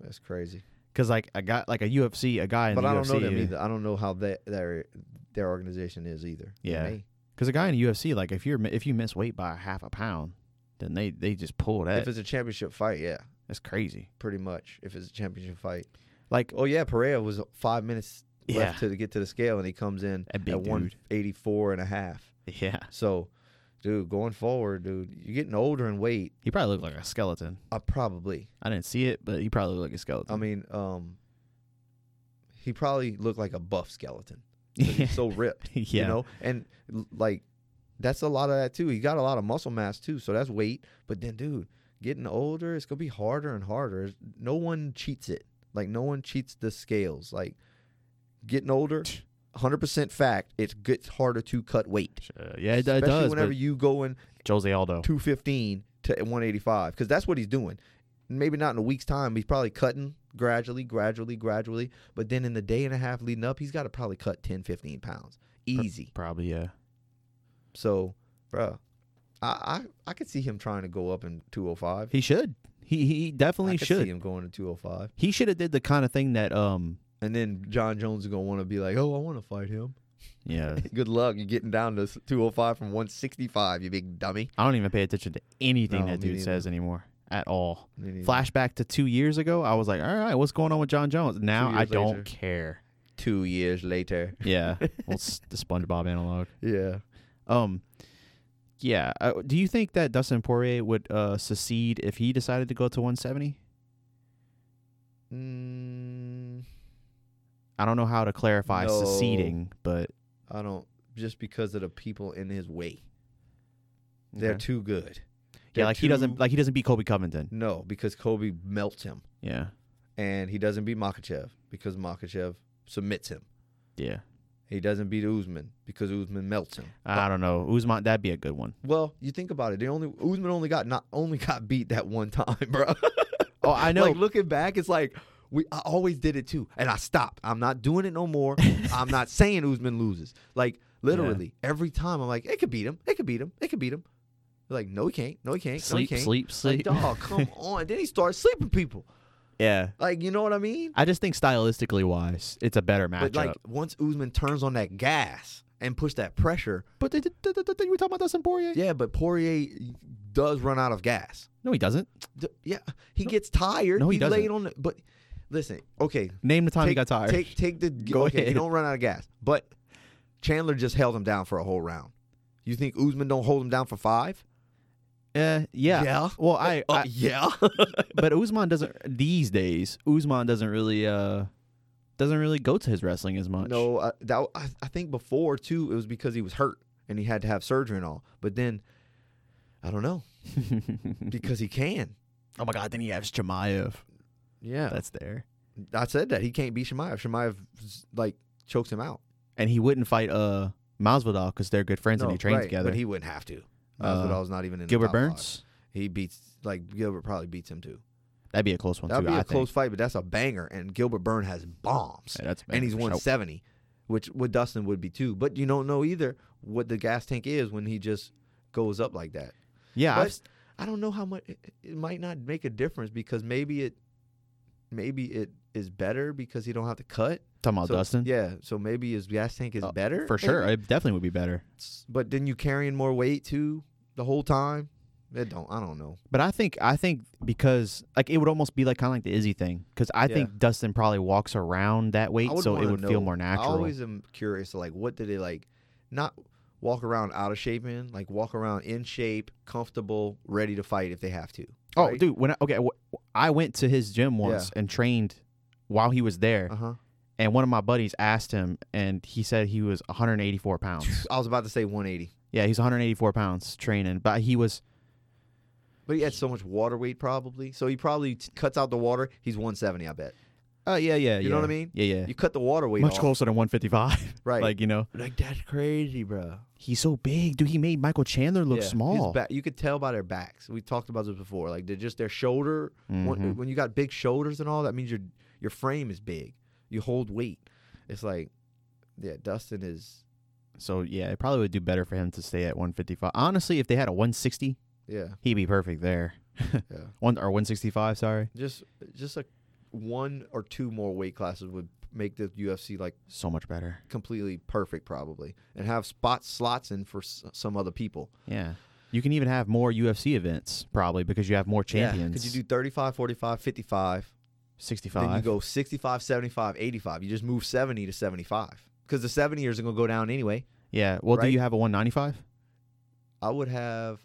Speaker 1: That's crazy.
Speaker 2: Because like a guy, like a UFC, a guy in
Speaker 1: but
Speaker 2: the
Speaker 1: I
Speaker 2: UFC,
Speaker 1: don't know them either. I don't know how they, their their organization is either. They
Speaker 2: Yeah.
Speaker 1: may.
Speaker 2: Because a guy in the UFC, like if you're mi- if you miss weight by half a pound, then they they just pull
Speaker 1: If
Speaker 2: that.
Speaker 1: it's a championship fight, yeah,
Speaker 2: That's crazy.
Speaker 1: pretty much. If it's a championship fight,
Speaker 2: Like
Speaker 1: oh yeah, Pereira was five minutes
Speaker 2: yeah,
Speaker 1: left to get to the scale and he comes in
Speaker 2: That big
Speaker 1: at
Speaker 2: dude.
Speaker 1: 184 and a half.
Speaker 2: yeah.
Speaker 1: So, dude, going forward, dude, you're getting older in weight.
Speaker 2: He probably looked like a skeleton.
Speaker 1: Uh, probably.
Speaker 2: I didn't see it, but he probably looked like a skeleton.
Speaker 1: I mean, um, he probably looked like a buff skeleton.
Speaker 2: yeah.
Speaker 1: He's so ripped,
Speaker 2: yeah.
Speaker 1: you know? And l- like, that's a lot of that too. He got a lot of muscle mass too. So that's weight. But then, dude, getting older, it's going to be harder and harder. No one cheats it. Like, no one cheats the scales. Like, getting older. 100% fact, it gets harder to cut weight.
Speaker 2: Uh, yeah, it, it
Speaker 1: especially
Speaker 2: does.
Speaker 1: whenever
Speaker 2: But Oh.
Speaker 1: you go in
Speaker 2: Jose Aldo.
Speaker 1: 215 to 185 because that's what he's doing maybe not in a week's time he's probably cutting gradually gradually gradually but then in the day and a half leading up he's got to probably cut 10 15 pounds easy
Speaker 2: Probably yeah.
Speaker 1: so bruh I, I I could see him trying to go up in 205
Speaker 2: He should. He he definitely
Speaker 1: I could see
Speaker 2: should.
Speaker 1: him going to 205
Speaker 2: He should have did the kind of thing that um
Speaker 1: and then John Jones is gonna want to be like oh I want to fight him
Speaker 2: yeah.
Speaker 1: good luck you're getting down to 205 from 165 you big dummy
Speaker 2: I don't even pay attention to anything
Speaker 1: No,
Speaker 2: that
Speaker 1: me
Speaker 2: dude
Speaker 1: neither.
Speaker 2: says anymore at all.
Speaker 1: Me neither.
Speaker 2: Flashback to two years ago, I was like, all right, what's going on with John Jones? Now I
Speaker 1: years
Speaker 2: don't
Speaker 1: later.
Speaker 2: care.
Speaker 1: two years later
Speaker 2: Yeah, well, it's the SpongeBob analog.
Speaker 1: yeah
Speaker 2: Um, yeah. Uh, do you think that Dustin Poirier would uh secede if he decided to go to 170?
Speaker 1: mm,
Speaker 2: I don't know how to clarify
Speaker 1: No.
Speaker 2: seceding, but
Speaker 1: I don't just because of the people in his way. They're
Speaker 2: Okay.
Speaker 1: too good.
Speaker 2: yeah,
Speaker 1: They're
Speaker 2: like he doesn't
Speaker 1: too-
Speaker 2: like he doesn't beat Kobe Covington.
Speaker 1: No, because Kobe melts him,
Speaker 2: Yeah,
Speaker 1: and he doesn't beat Makachev because Makachev submits him,
Speaker 2: yeah.
Speaker 1: He doesn't beat Usman because Usman melts him.
Speaker 2: I don't know. Usman, that'd be a good one.
Speaker 1: Well, you think about it. They only Usman only got not only got beat that one time, bro.
Speaker 2: Oh, I know.
Speaker 1: Like looking back, it's like we I always did it too, and I stopped. I'm not doing it no more. I'm not saying Usman loses. Like literally every time, I'm like, it could beat him. It could beat him. It could beat him. They're like, no, he can't. No, he can't.
Speaker 2: sleep,
Speaker 1: no, he can't.
Speaker 2: sleep,
Speaker 1: Like,
Speaker 2: sleep.
Speaker 1: dog, come on. Then he starts sleeping people.
Speaker 2: yeah.
Speaker 1: Like, you know what I mean?
Speaker 2: I just think stylistically wise, it's a better matchup.
Speaker 1: But like, once Usman turns on that gas and push that pressure,
Speaker 2: but they, did the, the thing we were talking about Dustin Poirier.
Speaker 1: yeah. But Poirier does run out of gas.
Speaker 2: No, he doesn't.
Speaker 1: D- Yeah, he gets tired.
Speaker 2: No, he
Speaker 1: He's laid
Speaker 2: doesn't.
Speaker 1: on. The, but listen, okay.
Speaker 2: Name the time
Speaker 1: take,
Speaker 2: he got tired.
Speaker 1: Take take the
Speaker 2: Go
Speaker 1: okay. He
Speaker 2: ahead.
Speaker 1: don't run out of gas. But Chandler just held him down for a whole round. You think Usman don't hold him down for five?
Speaker 2: Uh, yeah.
Speaker 1: Yeah.
Speaker 2: Well, I,
Speaker 1: Uh,
Speaker 2: I
Speaker 1: yeah.
Speaker 2: but Usman doesn't these days. Usman doesn't really uh doesn't really go to his wrestling as much.
Speaker 1: no, I, that I, I think before too. It was because he was hurt and he had to have surgery and all. But then, I don't know because he can.
Speaker 2: oh my God. Then he has Jamayev.
Speaker 1: Yeah,
Speaker 2: That's there.
Speaker 1: I said that he can't beat Shemaev. Shemaev like chokes him out.
Speaker 2: And he wouldn't fight uh Masvidal because they're good friends
Speaker 1: No,
Speaker 2: and he trains
Speaker 1: right,
Speaker 2: together.
Speaker 1: but he wouldn't have to.
Speaker 2: Uh,
Speaker 1: Masvidal's not even in the
Speaker 2: Gilbert
Speaker 1: top five.
Speaker 2: Burns.
Speaker 1: He beats like Gilbert probably beats him too.
Speaker 2: That'd be a close one
Speaker 1: That'd
Speaker 2: too.
Speaker 1: be
Speaker 2: I
Speaker 1: a
Speaker 2: think.
Speaker 1: close fight, but that's a banger. And Gilbert Byrne has bombs,
Speaker 2: Yeah, that's
Speaker 1: and he's
Speaker 2: for sure.
Speaker 1: 170, which with Dustin would be too. But you don't know either what the gas tank is when he just goes up like that.
Speaker 2: Yeah, I've,
Speaker 1: But I don't know how much it, it might not make a difference because maybe it, maybe it is better because he don't have to cut.
Speaker 2: talking about
Speaker 1: So-
Speaker 2: Dustin.
Speaker 1: Yeah, so maybe his gas tank is
Speaker 2: Uh,
Speaker 1: better
Speaker 2: for
Speaker 1: maybe?
Speaker 2: sure. It definitely would be better.
Speaker 1: But then you carrying more weight too the whole time. It don't. I don't know.
Speaker 2: But I think I think because like it would almost be like kind of like the Izzy thing because I
Speaker 1: Yeah.
Speaker 2: think Dustin probably walks around that weight,
Speaker 1: I would
Speaker 2: so it
Speaker 1: wanna
Speaker 2: would feel
Speaker 1: know-
Speaker 2: more
Speaker 1: I
Speaker 2: natural.
Speaker 1: always am curious, like, what did they like? Not walk around out of shape in, like walk around in shape, comfortable, ready to fight if they have to.
Speaker 2: oh,
Speaker 1: right?
Speaker 2: dude, when I, okay, wh- I went to his gym once and trained while he was there,
Speaker 1: Uh huh.
Speaker 2: and one of my buddies asked him, and he said he was 184 pounds.
Speaker 1: I was about to say 180,
Speaker 2: yeah, he's 184 pounds training, but he was
Speaker 1: but he had so much water weight probably, so he probably t- cuts out the water. He's 170, I bet.
Speaker 2: oh yeah yeah
Speaker 1: You know
Speaker 2: yeah.
Speaker 1: what I mean?
Speaker 2: yeah yeah
Speaker 1: You cut the water weight
Speaker 2: much
Speaker 1: off,
Speaker 2: closer to 155
Speaker 1: right?
Speaker 2: like you know
Speaker 1: Like, that's crazy, bro.
Speaker 2: he's so big dude he made Michael Chandler look small.
Speaker 1: you could tell by their backs. We talked about this before. Like they're just their shoulder.
Speaker 2: Mhm.
Speaker 1: When, when you got big shoulders and all, that means your your frame is big. You hold weight. It's like, yeah, Dustin is.
Speaker 2: So yeah, it probably would do better for him to stay at 155. Honestly, if they had a 160,
Speaker 1: Yeah,
Speaker 2: he'd be perfect there.
Speaker 1: yeah.
Speaker 2: One or 165, sorry.
Speaker 1: Just just like one or two more weight classes would make the UFC like
Speaker 2: So much better.
Speaker 1: completely perfect, probably, and have spot slots in for s- some other people.
Speaker 2: Yeah. You can even have more UFC events probably because you have more champions.
Speaker 1: Could you do 35, 45, 55?
Speaker 2: 65?
Speaker 1: Then you go 65, 75, 85. You just move 70 to 75 because the 70 years are going to go down anyway.
Speaker 2: yeah. Well, do
Speaker 1: right?
Speaker 2: you have a 195?
Speaker 1: I would have.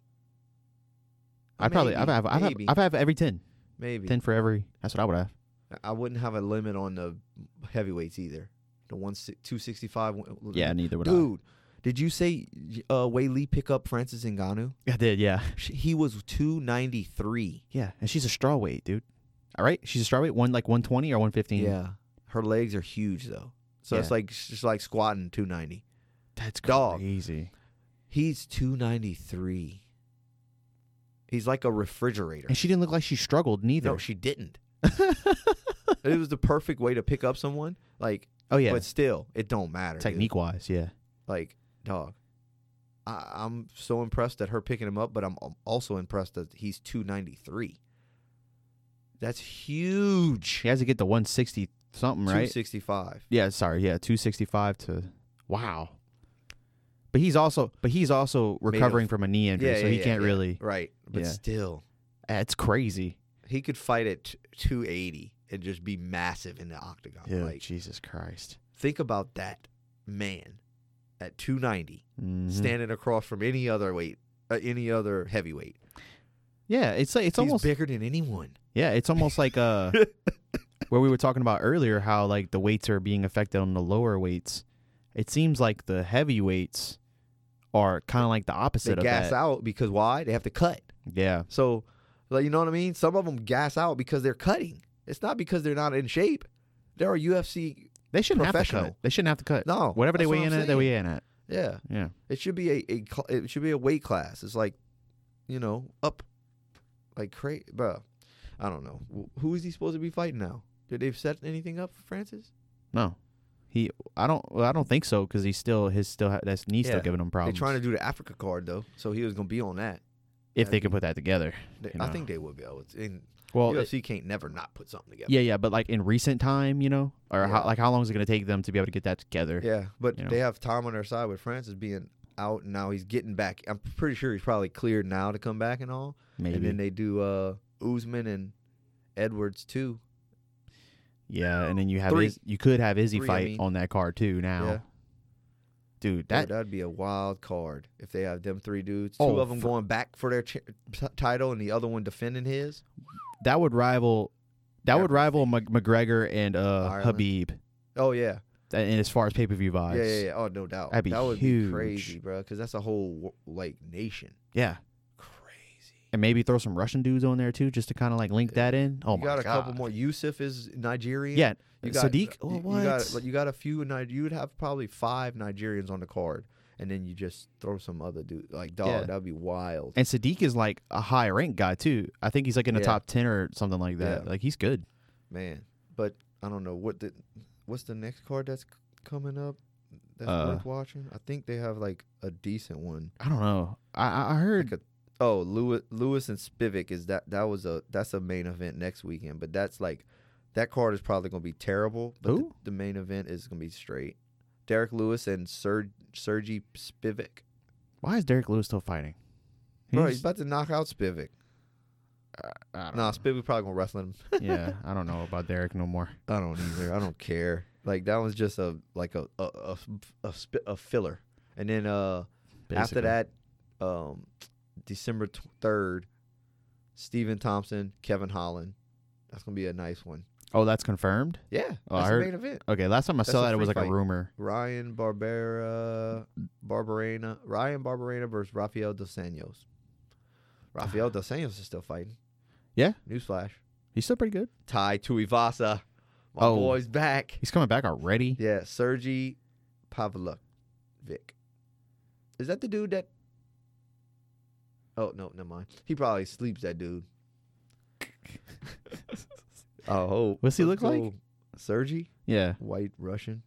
Speaker 2: I probably
Speaker 1: Maybe,
Speaker 2: I've have I've have,
Speaker 1: maybe,
Speaker 2: I've have every 10.
Speaker 1: maybe.
Speaker 2: 10 for every. That's what I would have.
Speaker 1: I wouldn't have a limit on the heavyweights either. The one si- 265. w-
Speaker 2: Yeah, neither would
Speaker 1: dude. Did you say uh, Wei Lee pick up Francis Ngannou?
Speaker 2: I. I did, yeah.
Speaker 1: Sh- He was 293.
Speaker 2: Yeah, and she's a straw weight, dude. All right? She's a straw weight, one like 120 or 115.
Speaker 1: Yeah, her legs are huge though, so it's
Speaker 2: Yeah.
Speaker 1: like she's like squatting 290.
Speaker 2: That's
Speaker 1: Dog.
Speaker 2: crazy.
Speaker 1: He's 293. He's like a refrigerator.
Speaker 2: And she didn't look like she struggled neither.
Speaker 1: No, she didn't. it was the perfect way to pick up someone. Like
Speaker 2: oh yeah.
Speaker 1: But still, it don't matter. dude.
Speaker 2: Technique-wise, yeah.
Speaker 1: like dog. I, I'm so impressed at her picking him up, but I'm al- also impressed that he's 293. That's huge.
Speaker 2: She has to get to 160 something, right?
Speaker 1: 265.
Speaker 2: Yeah, sorry. Yeah, 265 to wow. But he's also but he's also
Speaker 1: a-
Speaker 2: recovering from a knee injury,
Speaker 1: Yeah,
Speaker 2: so
Speaker 1: yeah,
Speaker 2: he
Speaker 1: yeah,
Speaker 2: can't
Speaker 1: yeah.
Speaker 2: really.
Speaker 1: Right, but
Speaker 2: Yeah.
Speaker 1: still,
Speaker 2: It's crazy.
Speaker 1: he could fight at t- 280 and just be massive in the octagon.
Speaker 2: Yeah,
Speaker 1: Like,
Speaker 2: Jesus Christ.
Speaker 1: think about that man at 290
Speaker 2: Mhm.
Speaker 1: standing across from any other weight, uh, any other heavyweight.
Speaker 2: yeah, it's like it's
Speaker 1: It's
Speaker 2: almost
Speaker 1: bigger than anyone.
Speaker 2: yeah, it's almost like uh where we were talking about earlier how like the weights are being affected on the lower weights. It seems like the heavyweights are kind of like the
Speaker 1: They
Speaker 2: opposite of
Speaker 1: gas
Speaker 2: that.
Speaker 1: out because why? They have to cut.
Speaker 2: Yeah.
Speaker 1: So, like, you know what I mean? Some of them gas out because they're cutting. It's not because they're not in shape. There are UFC
Speaker 2: They shouldn't have to cut.
Speaker 1: Professional.
Speaker 2: They shouldn't have to cut.
Speaker 1: No,
Speaker 2: Uh, Whatever they
Speaker 1: Oh, that's what
Speaker 2: weigh in
Speaker 1: I'm
Speaker 2: at, they
Speaker 1: saying.
Speaker 2: weigh in at.
Speaker 1: Yeah,
Speaker 2: Yeah.
Speaker 1: it should be a, a cl- it should be a weight class. It's like, you know, up, like crazy, bruh. I don't know Wh- who is he supposed to be fighting now. Did they set anything up for Francis?
Speaker 2: No. He. I don't. Well, I don't think so because he's still his still ha- that's he's still
Speaker 1: Yeah.
Speaker 2: giving him problems.
Speaker 1: They're trying to do the Africa card though, so he was gonna be on that.
Speaker 2: if they could put that together.
Speaker 1: They-
Speaker 2: You
Speaker 1: I
Speaker 2: know.
Speaker 1: think they would be able. To, and
Speaker 2: Well, it-
Speaker 1: UFC can't never not put something together.
Speaker 2: yeah, yeah, but like in recent time, you know, or
Speaker 1: Yeah.
Speaker 2: how, like how long is it going to take them to be able to get that together?
Speaker 1: Yeah, but
Speaker 2: you know.
Speaker 1: they have Tom on their side with Francis being out, and now he's getting back. I'm pretty sure he's probably cleared now to come back and all.
Speaker 2: Maybe.
Speaker 1: And then they do uh Usman and Edwards too.
Speaker 2: yeah, and then you have
Speaker 1: Three.
Speaker 2: Iz- you could have Izzy
Speaker 1: Three, I
Speaker 2: fight
Speaker 1: mean.
Speaker 2: on that card too now.
Speaker 1: Yeah.
Speaker 2: Dude,
Speaker 1: That
Speaker 2: that
Speaker 1: that'd be a wild card if they have them three dudes. Two
Speaker 2: Oh,
Speaker 1: of them
Speaker 2: for-
Speaker 1: going back for their ch- t- title, and the other one defending his.
Speaker 2: that would rival that would rival Mc- McGregor and uh
Speaker 1: Ireland.
Speaker 2: Habib.
Speaker 1: Oh yeah,
Speaker 2: Th- And as far as pay per view vibes,
Speaker 1: yeah, yeah, yeah. Oh no doubt.
Speaker 2: That'd be
Speaker 1: that would be
Speaker 2: huge.
Speaker 1: crazy, bro. Because that's a whole wo- like nation.
Speaker 2: Yeah.
Speaker 1: Crazy.
Speaker 2: and maybe throw some Russian dudes on there too, just to kind of like link that in. Oh
Speaker 1: you
Speaker 2: my
Speaker 1: got a
Speaker 2: god,
Speaker 1: couple more. Yusuf is Nigerian.
Speaker 2: yeah,
Speaker 1: You got
Speaker 2: Sadiq.
Speaker 1: You,
Speaker 2: Oh,
Speaker 1: you
Speaker 2: what?
Speaker 1: got like, you got a few. Ni- You would have probably five Nigerians on the card, and then you just throw some other dude. Like dog,
Speaker 2: Yeah.
Speaker 1: that'd be wild.
Speaker 2: and Sadiq is like a high ranked guy too. I think he's like in the
Speaker 1: Yeah.
Speaker 2: top ten or something like that.
Speaker 1: Yeah.
Speaker 2: Like he's good.
Speaker 1: Man, but I don't know what the what's the next card that's c- coming up that's
Speaker 2: Uh,
Speaker 1: worth watching. I think they have like a decent one.
Speaker 2: I don't know. I I- I heard.
Speaker 1: Like a, oh, Lewis Lewis and Spivak is that that was a that's a main event next weekend, but that's like that card is probably gonna be terrible. But the,
Speaker 2: Who?
Speaker 1: the main event is gonna be straight. Derek Lewis and Serge Sergey Spivak.
Speaker 2: why is Derek Lewis still fighting?
Speaker 1: Bro,
Speaker 2: He's-
Speaker 1: he's about to knock out Spivak.
Speaker 2: I don't
Speaker 1: Nah, Spivak probably gonna wrestle him.
Speaker 2: know. yeah, I don't know about Derek no more.
Speaker 1: I don't either. I don't care. Like that was just a like a a a, a, sp- a filler. And then uh
Speaker 2: basically.
Speaker 1: after that, um December third, Stephen Thompson, Kevin Holland. That's gonna be a nice one.
Speaker 2: Oh, that's confirmed.
Speaker 1: Yeah,
Speaker 2: Oh, I
Speaker 1: that's the
Speaker 2: heard-
Speaker 1: main event.
Speaker 2: Okay, last time I
Speaker 1: That's
Speaker 2: saw
Speaker 1: a
Speaker 2: that it was
Speaker 1: free
Speaker 2: like a
Speaker 1: fight.
Speaker 2: rumor.
Speaker 1: Ryan Barbera, Barbarena, Ryan Barbarena versus Rafael dos Anjos. Rafael dos Anjos is still fighting.
Speaker 2: Yeah?
Speaker 1: Newsflash.
Speaker 2: He's still pretty good.
Speaker 1: Ty Tuivasa, my
Speaker 2: Oh.
Speaker 1: boy's back.
Speaker 2: He's coming back already.
Speaker 1: Yeah, Sergey Pavlovic. Is that the dude that? Oh no, never mind. He probably sleeps that dude. oh,
Speaker 2: What's he look like?
Speaker 1: Sergey,
Speaker 2: Yeah.
Speaker 1: white Russian.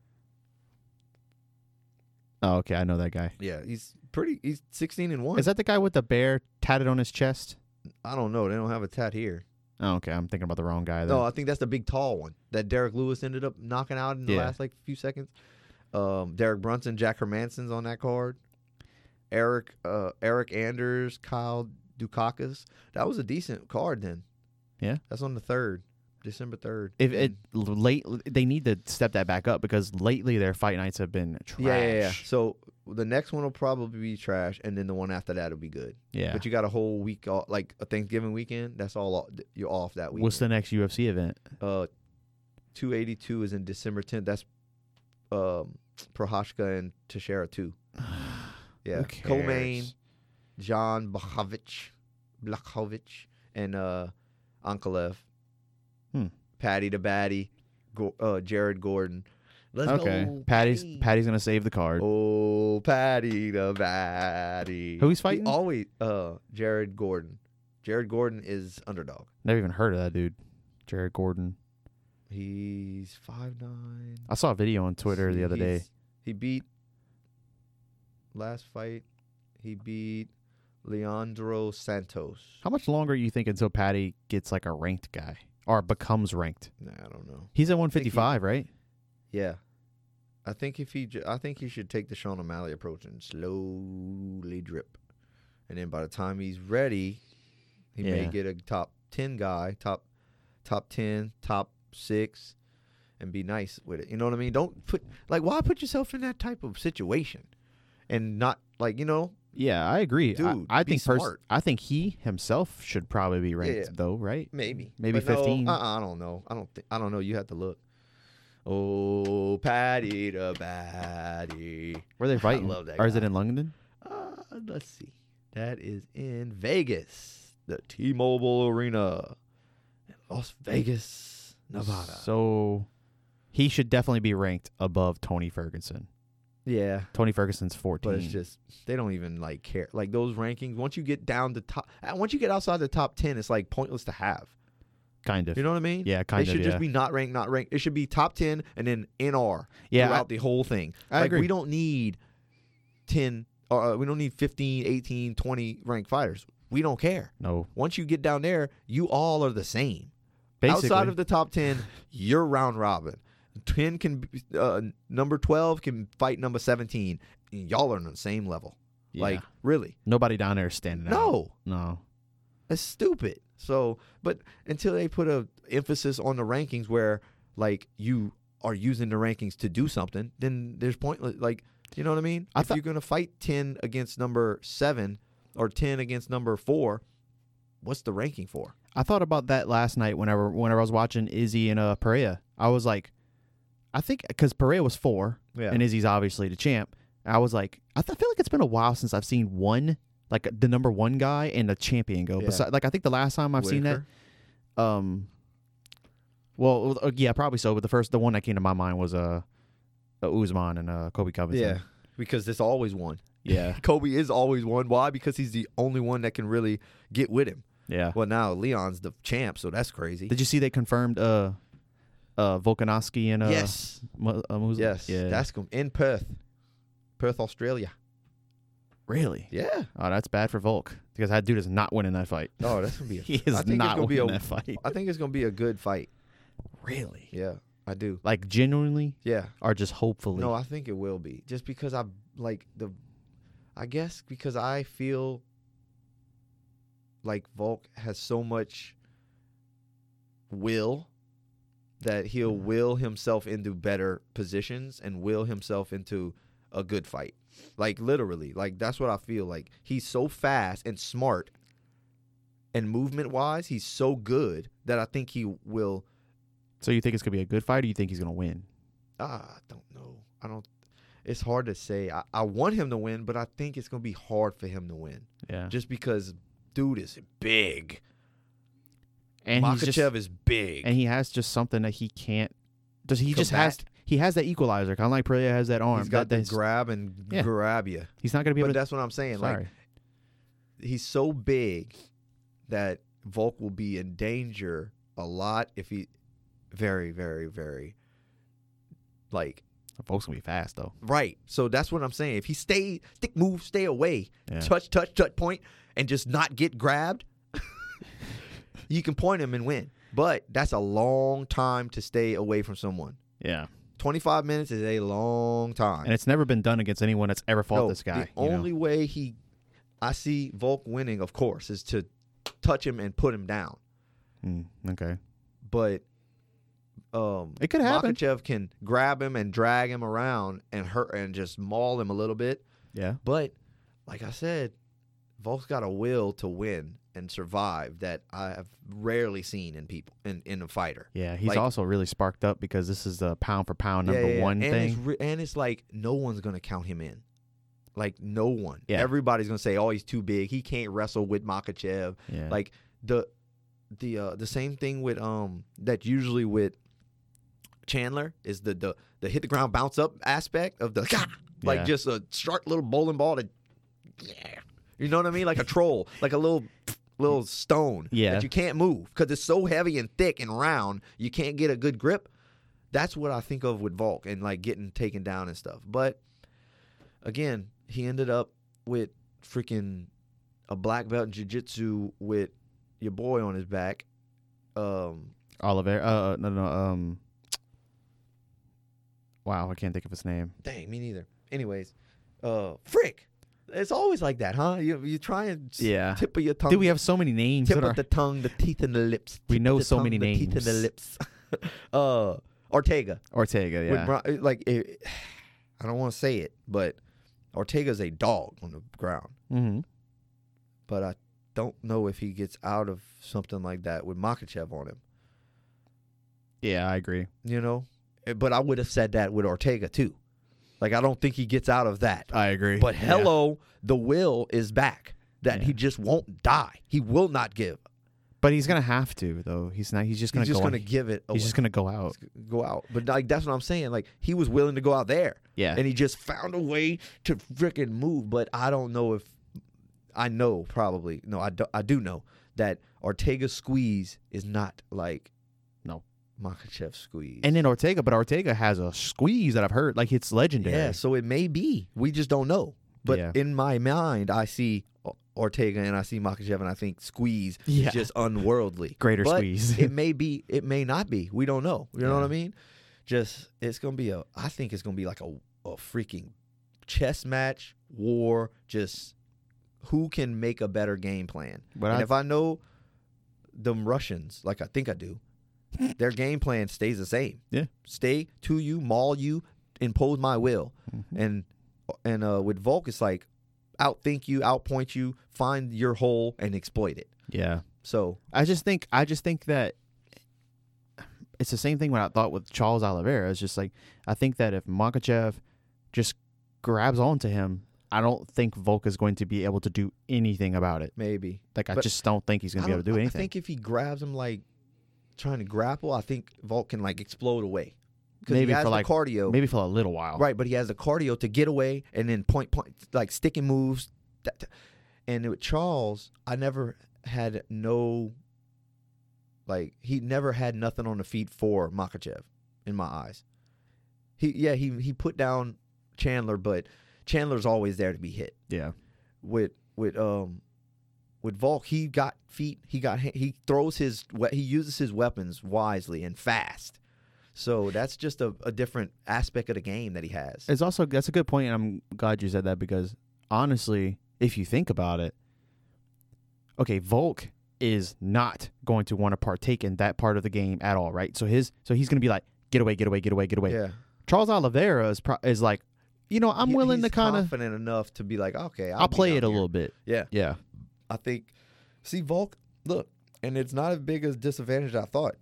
Speaker 2: Oh, okay, I know that guy.
Speaker 1: Yeah, he's pretty. He's sixteen and one.
Speaker 2: Is that the guy with the bear tatted on his chest?
Speaker 1: I don't know. They don't have a tat here.
Speaker 2: Oh, okay, I'm thinking about the wrong guy. Then.
Speaker 1: No, I think that's the big tall one that Derek Lewis ended up knocking out in the
Speaker 2: Yeah.
Speaker 1: last like few seconds. Um, Derek Brunson, Jack Hermanson's on that card. Eric, uh, Eric Anders, Kyle Dukakis. That was a decent card then.
Speaker 2: Yeah.
Speaker 1: that's on the third, December third.
Speaker 2: If it l- late, they need to step that back up because lately their fight nights have been trash.
Speaker 1: yeah, yeah, yeah. So the next one will probably be trash, and then the one after that will be good.
Speaker 2: Yeah.
Speaker 1: But you got a whole week off, like a Thanksgiving weekend. That's all off, you're off that week.
Speaker 2: What's the next UFC event?
Speaker 1: Uh, 282 is in December 10th. That's um, Prohashka and Teixeira too. Yeah,
Speaker 2: Who
Speaker 1: Comain,
Speaker 2: cares?
Speaker 1: John Blachowicz, Blachowicz, and uh, Ankalev.
Speaker 2: Hmm.
Speaker 1: Patty the Batty, Go- uh, Jared Gordon. Let's
Speaker 2: okay,
Speaker 1: go,
Speaker 2: Patty's
Speaker 1: Patty.
Speaker 2: Patty's gonna save the card.
Speaker 1: Oh, Patty the Batty.
Speaker 2: Who he's
Speaker 1: He
Speaker 2: fighting?
Speaker 1: always uh, Jared Gordon. Jared Gordon is underdog.
Speaker 2: Never even heard of that dude, Jared Gordon.
Speaker 1: He's five nine.
Speaker 2: I saw a video on Twitter the other day.
Speaker 1: He's- He beat last fight. He beat Leandro Santos.
Speaker 2: How much longer you think until Patty gets like a ranked guy or becomes ranked?
Speaker 1: Nah, I don't know.
Speaker 2: He's at
Speaker 1: think he-
Speaker 2: 155, right?
Speaker 1: Yeah, I think if he, ju- I think he should take the Sean O'Malley approach and slowly drip, and then by the time he's ready, he may
Speaker 2: Yeah.
Speaker 1: get a top ten guy, top, top ten, top six, and be nice with it. You know what I mean? Don't put like why put yourself in that type of situation, and not like you know
Speaker 2: Yeah, I agree. I-
Speaker 1: Dude,
Speaker 2: I,
Speaker 1: be
Speaker 2: think
Speaker 1: smart.
Speaker 2: I think he himself should probably be ranked
Speaker 1: yeah.
Speaker 2: though, right?
Speaker 1: Maybe.
Speaker 2: Maybe
Speaker 1: But no,
Speaker 2: 15.
Speaker 1: uh-uh, I don't know. I don't think I don't know. You have to look. Oh, Patty the Batty.
Speaker 2: Where they fighting?
Speaker 1: love that
Speaker 2: or is it
Speaker 1: guy.
Speaker 2: in London?
Speaker 1: Uh, let's see. That is in Vegas, the T-Mobile Arena, in Las Vegas, Nevada.
Speaker 2: So He should definitely be ranked above Tony Ferguson.
Speaker 1: Yeah.
Speaker 2: Tony Ferguson's 14.
Speaker 1: But it's just they don't even like care. Like those rankings, once you get down to top, uh, once you get outside the top ten, it's like pointless to have.
Speaker 2: kind of.
Speaker 1: You know what I mean?
Speaker 2: yeah, kind
Speaker 1: it
Speaker 2: of.
Speaker 1: should
Speaker 2: yeah.
Speaker 1: just be not ranked, not ranked. It should be top ten and then NR
Speaker 2: yeah, I-
Speaker 1: throughout the whole thing.
Speaker 2: I
Speaker 1: like
Speaker 2: agree.
Speaker 1: we don't need ten, or uh, we don't need 15, 18, 20 ranked fighters. We don't care.
Speaker 2: no.
Speaker 1: Once you get down there, you all are the same.
Speaker 2: Basically,
Speaker 1: Outside of the top ten, you're round robin. Ten can be- uh, number twelve can fight number seventeen. Y'all are on the same level.
Speaker 2: yeah.
Speaker 1: Like really?
Speaker 2: nobody down there is standing out.
Speaker 1: No,
Speaker 2: No.
Speaker 1: it's stupid. So, but until they put a emphasis on the rankings where like you are using the rankings to do something, then there's pointless. Like you know what I mean?
Speaker 2: I
Speaker 1: if
Speaker 2: thought-
Speaker 1: you're gonna fight ten against number seven or ten against number four, what's the ranking for?
Speaker 2: I thought about that last night whenever whenever I was watching Izzy and uh, Perea. I was like, I think because Perea was four
Speaker 1: Yeah.
Speaker 2: and Izzy's obviously the champ. I was like, I, th- I feel like it's been a while since I've seen one like the number one guy and a champion go.
Speaker 1: Yeah.
Speaker 2: Besides, like I think the last time I've seen that Um. Well, uh, yeah, probably so. But the first, the one that came to my mind was uh, uh Usman and uh, Kobe
Speaker 1: Yeah,
Speaker 2: Covington.
Speaker 1: because it's always one.
Speaker 2: Yeah,
Speaker 1: Kobe is always one. Why? Because he's the only one that can really get with him.
Speaker 2: yeah,
Speaker 1: Well, now Leon's the champ, so that's crazy.
Speaker 2: Did you see they confirmed uh, uh, Volkanovski and uh,
Speaker 1: yes,
Speaker 2: Mu- uh, Mus-
Speaker 1: yes,
Speaker 2: yeah,
Speaker 1: that's com- in Perth, Perth, Australia.
Speaker 2: really.
Speaker 1: Yeah.
Speaker 2: Oh, that's bad for Volk because that dude is not winning that fight.
Speaker 1: Oh, that's gonna be. A,
Speaker 2: He is
Speaker 1: I think it's
Speaker 2: not
Speaker 1: gonna be
Speaker 2: winning
Speaker 1: a-
Speaker 2: that fight.
Speaker 1: I think it's gonna be a good fight.
Speaker 2: Really?
Speaker 1: Yeah, I do.
Speaker 2: Like genuinely,
Speaker 1: Yeah.
Speaker 2: or just hopefully?
Speaker 1: No, I think it will be just because I like the. I guess because I feel like Volk has so much will that he'll will himself into better positions and will himself into a good fight. Like literally, like that's what I feel like. He's so fast and smart and movement wise, he's so good that I think he will
Speaker 2: so you think it's gonna be a good fight, or you think he's gonna win?
Speaker 1: Ah, I don't know. I don't. It's hard to say. I, I want him to win, but I think it's gonna be hard for him to win,
Speaker 2: Yeah.
Speaker 1: just because dude is big.
Speaker 2: and he's just,
Speaker 1: Makachev is big.
Speaker 2: and he has just something that he can't. Does he just
Speaker 1: Combat.
Speaker 2: has he has that equalizer? Kind of like Perea has that arm.
Speaker 1: has got
Speaker 2: that,
Speaker 1: to
Speaker 2: that's-
Speaker 1: grab and
Speaker 2: Yeah.
Speaker 1: grab you.
Speaker 2: He's not gonna be
Speaker 1: But
Speaker 2: able to.
Speaker 1: that's what I'm saying.
Speaker 2: sorry.
Speaker 1: Like he's so big that Volk will be in danger a lot if he, very, very, very, like
Speaker 2: Volk's gonna be fast though.
Speaker 1: Right. So that's what I'm saying. If he stay, stick move, stay away,
Speaker 2: Yeah.
Speaker 1: touch, touch, touch point, and just not get grabbed, you can point him and win. But that's a long time to stay away from someone.
Speaker 2: Yeah,
Speaker 1: 25 minutes is a long time.
Speaker 2: and it's never been done against anyone that's ever fought
Speaker 1: No,
Speaker 2: this guy.
Speaker 1: The
Speaker 2: you know?
Speaker 1: only way he, I see Volk winning, of course, is to touch him and put him down.
Speaker 2: Mm, okay,
Speaker 1: But um,
Speaker 2: it could happen.
Speaker 1: Makachev can grab him and drag him around and hurt and just maul him a little bit.
Speaker 2: Yeah,
Speaker 1: But like I said, Volk's got a will to win and survive that I have rarely seen in people in, in a fighter.
Speaker 2: yeah. He's
Speaker 1: Like-
Speaker 2: also really sparked up because this is the pound for pound number
Speaker 1: Yeah, yeah, yeah.
Speaker 2: one
Speaker 1: and It's
Speaker 2: thing.
Speaker 1: re- and it's like no one's gonna count him in. Like no one.
Speaker 2: Yeah.
Speaker 1: Everybody's gonna say, "Oh, he's too big. He can't wrestle with Makachev."
Speaker 2: Yeah,
Speaker 1: Like the the uh, the same thing with um that usually with Chandler is the the the hit the ground bounce up aspect of the like
Speaker 2: Yeah.
Speaker 1: just a sharp little bowling ball to yeah you know what I mean like a troll like a little little stone
Speaker 2: Yeah.
Speaker 1: that you can't move because it's so heavy and thick and round you can't get a good grip. That's what I think of with Volk and like getting taken down and stuff. But again, he ended up with freaking a black belt in jiu-jitsu with your boy on his back. Um,
Speaker 2: Oliver. Uh, no, no, no, um. Wow, I can't think of his name.
Speaker 1: dang, me neither. Anyways, uh, frick. It's always like that, huh? You you try and s-
Speaker 2: Yeah.
Speaker 1: tip of your tongue,
Speaker 2: Dude, we have so many names.
Speaker 1: tip
Speaker 2: that
Speaker 1: of
Speaker 2: are-
Speaker 1: the tongue, the teeth and the lips.
Speaker 2: We
Speaker 1: tip of
Speaker 2: know
Speaker 1: the
Speaker 2: so many
Speaker 1: tongue, the teeth and the
Speaker 2: names.
Speaker 1: lips. uh, Ortega.
Speaker 2: Ortega.
Speaker 1: With
Speaker 2: Yeah,
Speaker 1: Bron- like it, I don't want to say it, but Ortega's a dog on the ground.
Speaker 2: mm-hmm.
Speaker 1: but I don't know if he gets out of something like that with Makachev on him.
Speaker 2: yeah, I agree.
Speaker 1: You know, Eh, but I would have said that with Ortega too. Like I don't think he gets out of that.
Speaker 2: I agree.
Speaker 1: But
Speaker 2: Yeah.
Speaker 1: hello, the will is back. That
Speaker 2: Yeah.
Speaker 1: he just won't die. He will not give.
Speaker 2: But he's gonna have to though. He's not. He's just gonna
Speaker 1: he's just
Speaker 2: go.
Speaker 1: gonna oh,
Speaker 2: on,
Speaker 1: give it. Away.
Speaker 2: he's just gonna go out.
Speaker 1: gonna go out. But like that's what I'm saying. Like he was willing to go out there,
Speaker 2: Yeah.
Speaker 1: and he just found a way to freaking move. But I don't know if I know. Probably no. I do, I do know that Ortega squeeze is not like
Speaker 2: No.
Speaker 1: Makachev squeeze.
Speaker 2: and then Ortega, but Ortega has a squeeze that I've heard like it's legendary.
Speaker 1: yeah, so it may be. We just don't know. But
Speaker 2: Yeah.
Speaker 1: in my mind, I see O- Ortega and I see Makachev, and I think squeeze
Speaker 2: Yeah.
Speaker 1: is just unworldly.
Speaker 2: Greater
Speaker 1: But
Speaker 2: squeeze.
Speaker 1: it may be it may not be we don't know you know what
Speaker 2: Yeah.
Speaker 1: i mean just it's gonna be a i think it's gonna be like a, a freaking chess match war just who can make a better game plan
Speaker 2: but
Speaker 1: and
Speaker 2: I,
Speaker 1: if i know them russians like i think i do their game plan stays the same
Speaker 2: Yeah.
Speaker 1: stay to you maul you impose my will and and uh with volk it's like outthink you outpoint you find your hole and exploit it
Speaker 2: yeah.
Speaker 1: so
Speaker 2: I just think I just think that it's the same thing when I thought with Charles Oliveira. It's just like I think that if Makachev just grabs onto him, I don't think Volk is going to be able to do anything about it.
Speaker 1: maybe
Speaker 2: Like I
Speaker 1: But
Speaker 2: just don't think he's going to be
Speaker 1: I
Speaker 2: able to do
Speaker 1: don't- I-
Speaker 2: anything.
Speaker 1: I think if he grabs him like trying to grapple, I think Volk can like explode away. 'Cause
Speaker 2: Maybe
Speaker 1: he has
Speaker 2: for,
Speaker 1: the
Speaker 2: like-
Speaker 1: cardio,
Speaker 2: Maybe for a little while.
Speaker 1: right? But he has the cardio to get away and then point point like sticking moves. That, that- and with Charles, I never had no like he never had nothing on the feet for Makachev in my eyes. He yeah he he put down Chandler, but Chandler's always there to be hit
Speaker 2: Yeah.
Speaker 1: with with um with Volk, he got feet. He got ha- he throws his we- he uses his weapons wisely and fast. So that's just a, a different aspect of the game that he has.
Speaker 2: It's also that's a good point, and I'm glad you said that because honestly, if you think about it, okay, Volk is not going to want to partake in that part of the game at all, right? So his so he's going to be like, get away, get away, get away, get away.
Speaker 1: yeah,
Speaker 2: Charles Oliveira is pro- is like, you know, I'm
Speaker 1: He-
Speaker 2: willing
Speaker 1: he's
Speaker 2: to kind of
Speaker 1: confident enough to be like, okay, I'll,
Speaker 2: I'll
Speaker 1: be
Speaker 2: play
Speaker 1: down
Speaker 2: it a
Speaker 1: here.
Speaker 2: little bit.
Speaker 1: Yeah,
Speaker 2: Yeah.
Speaker 1: I think. See, Volk, look, and it's not as big as disadvantage I thought.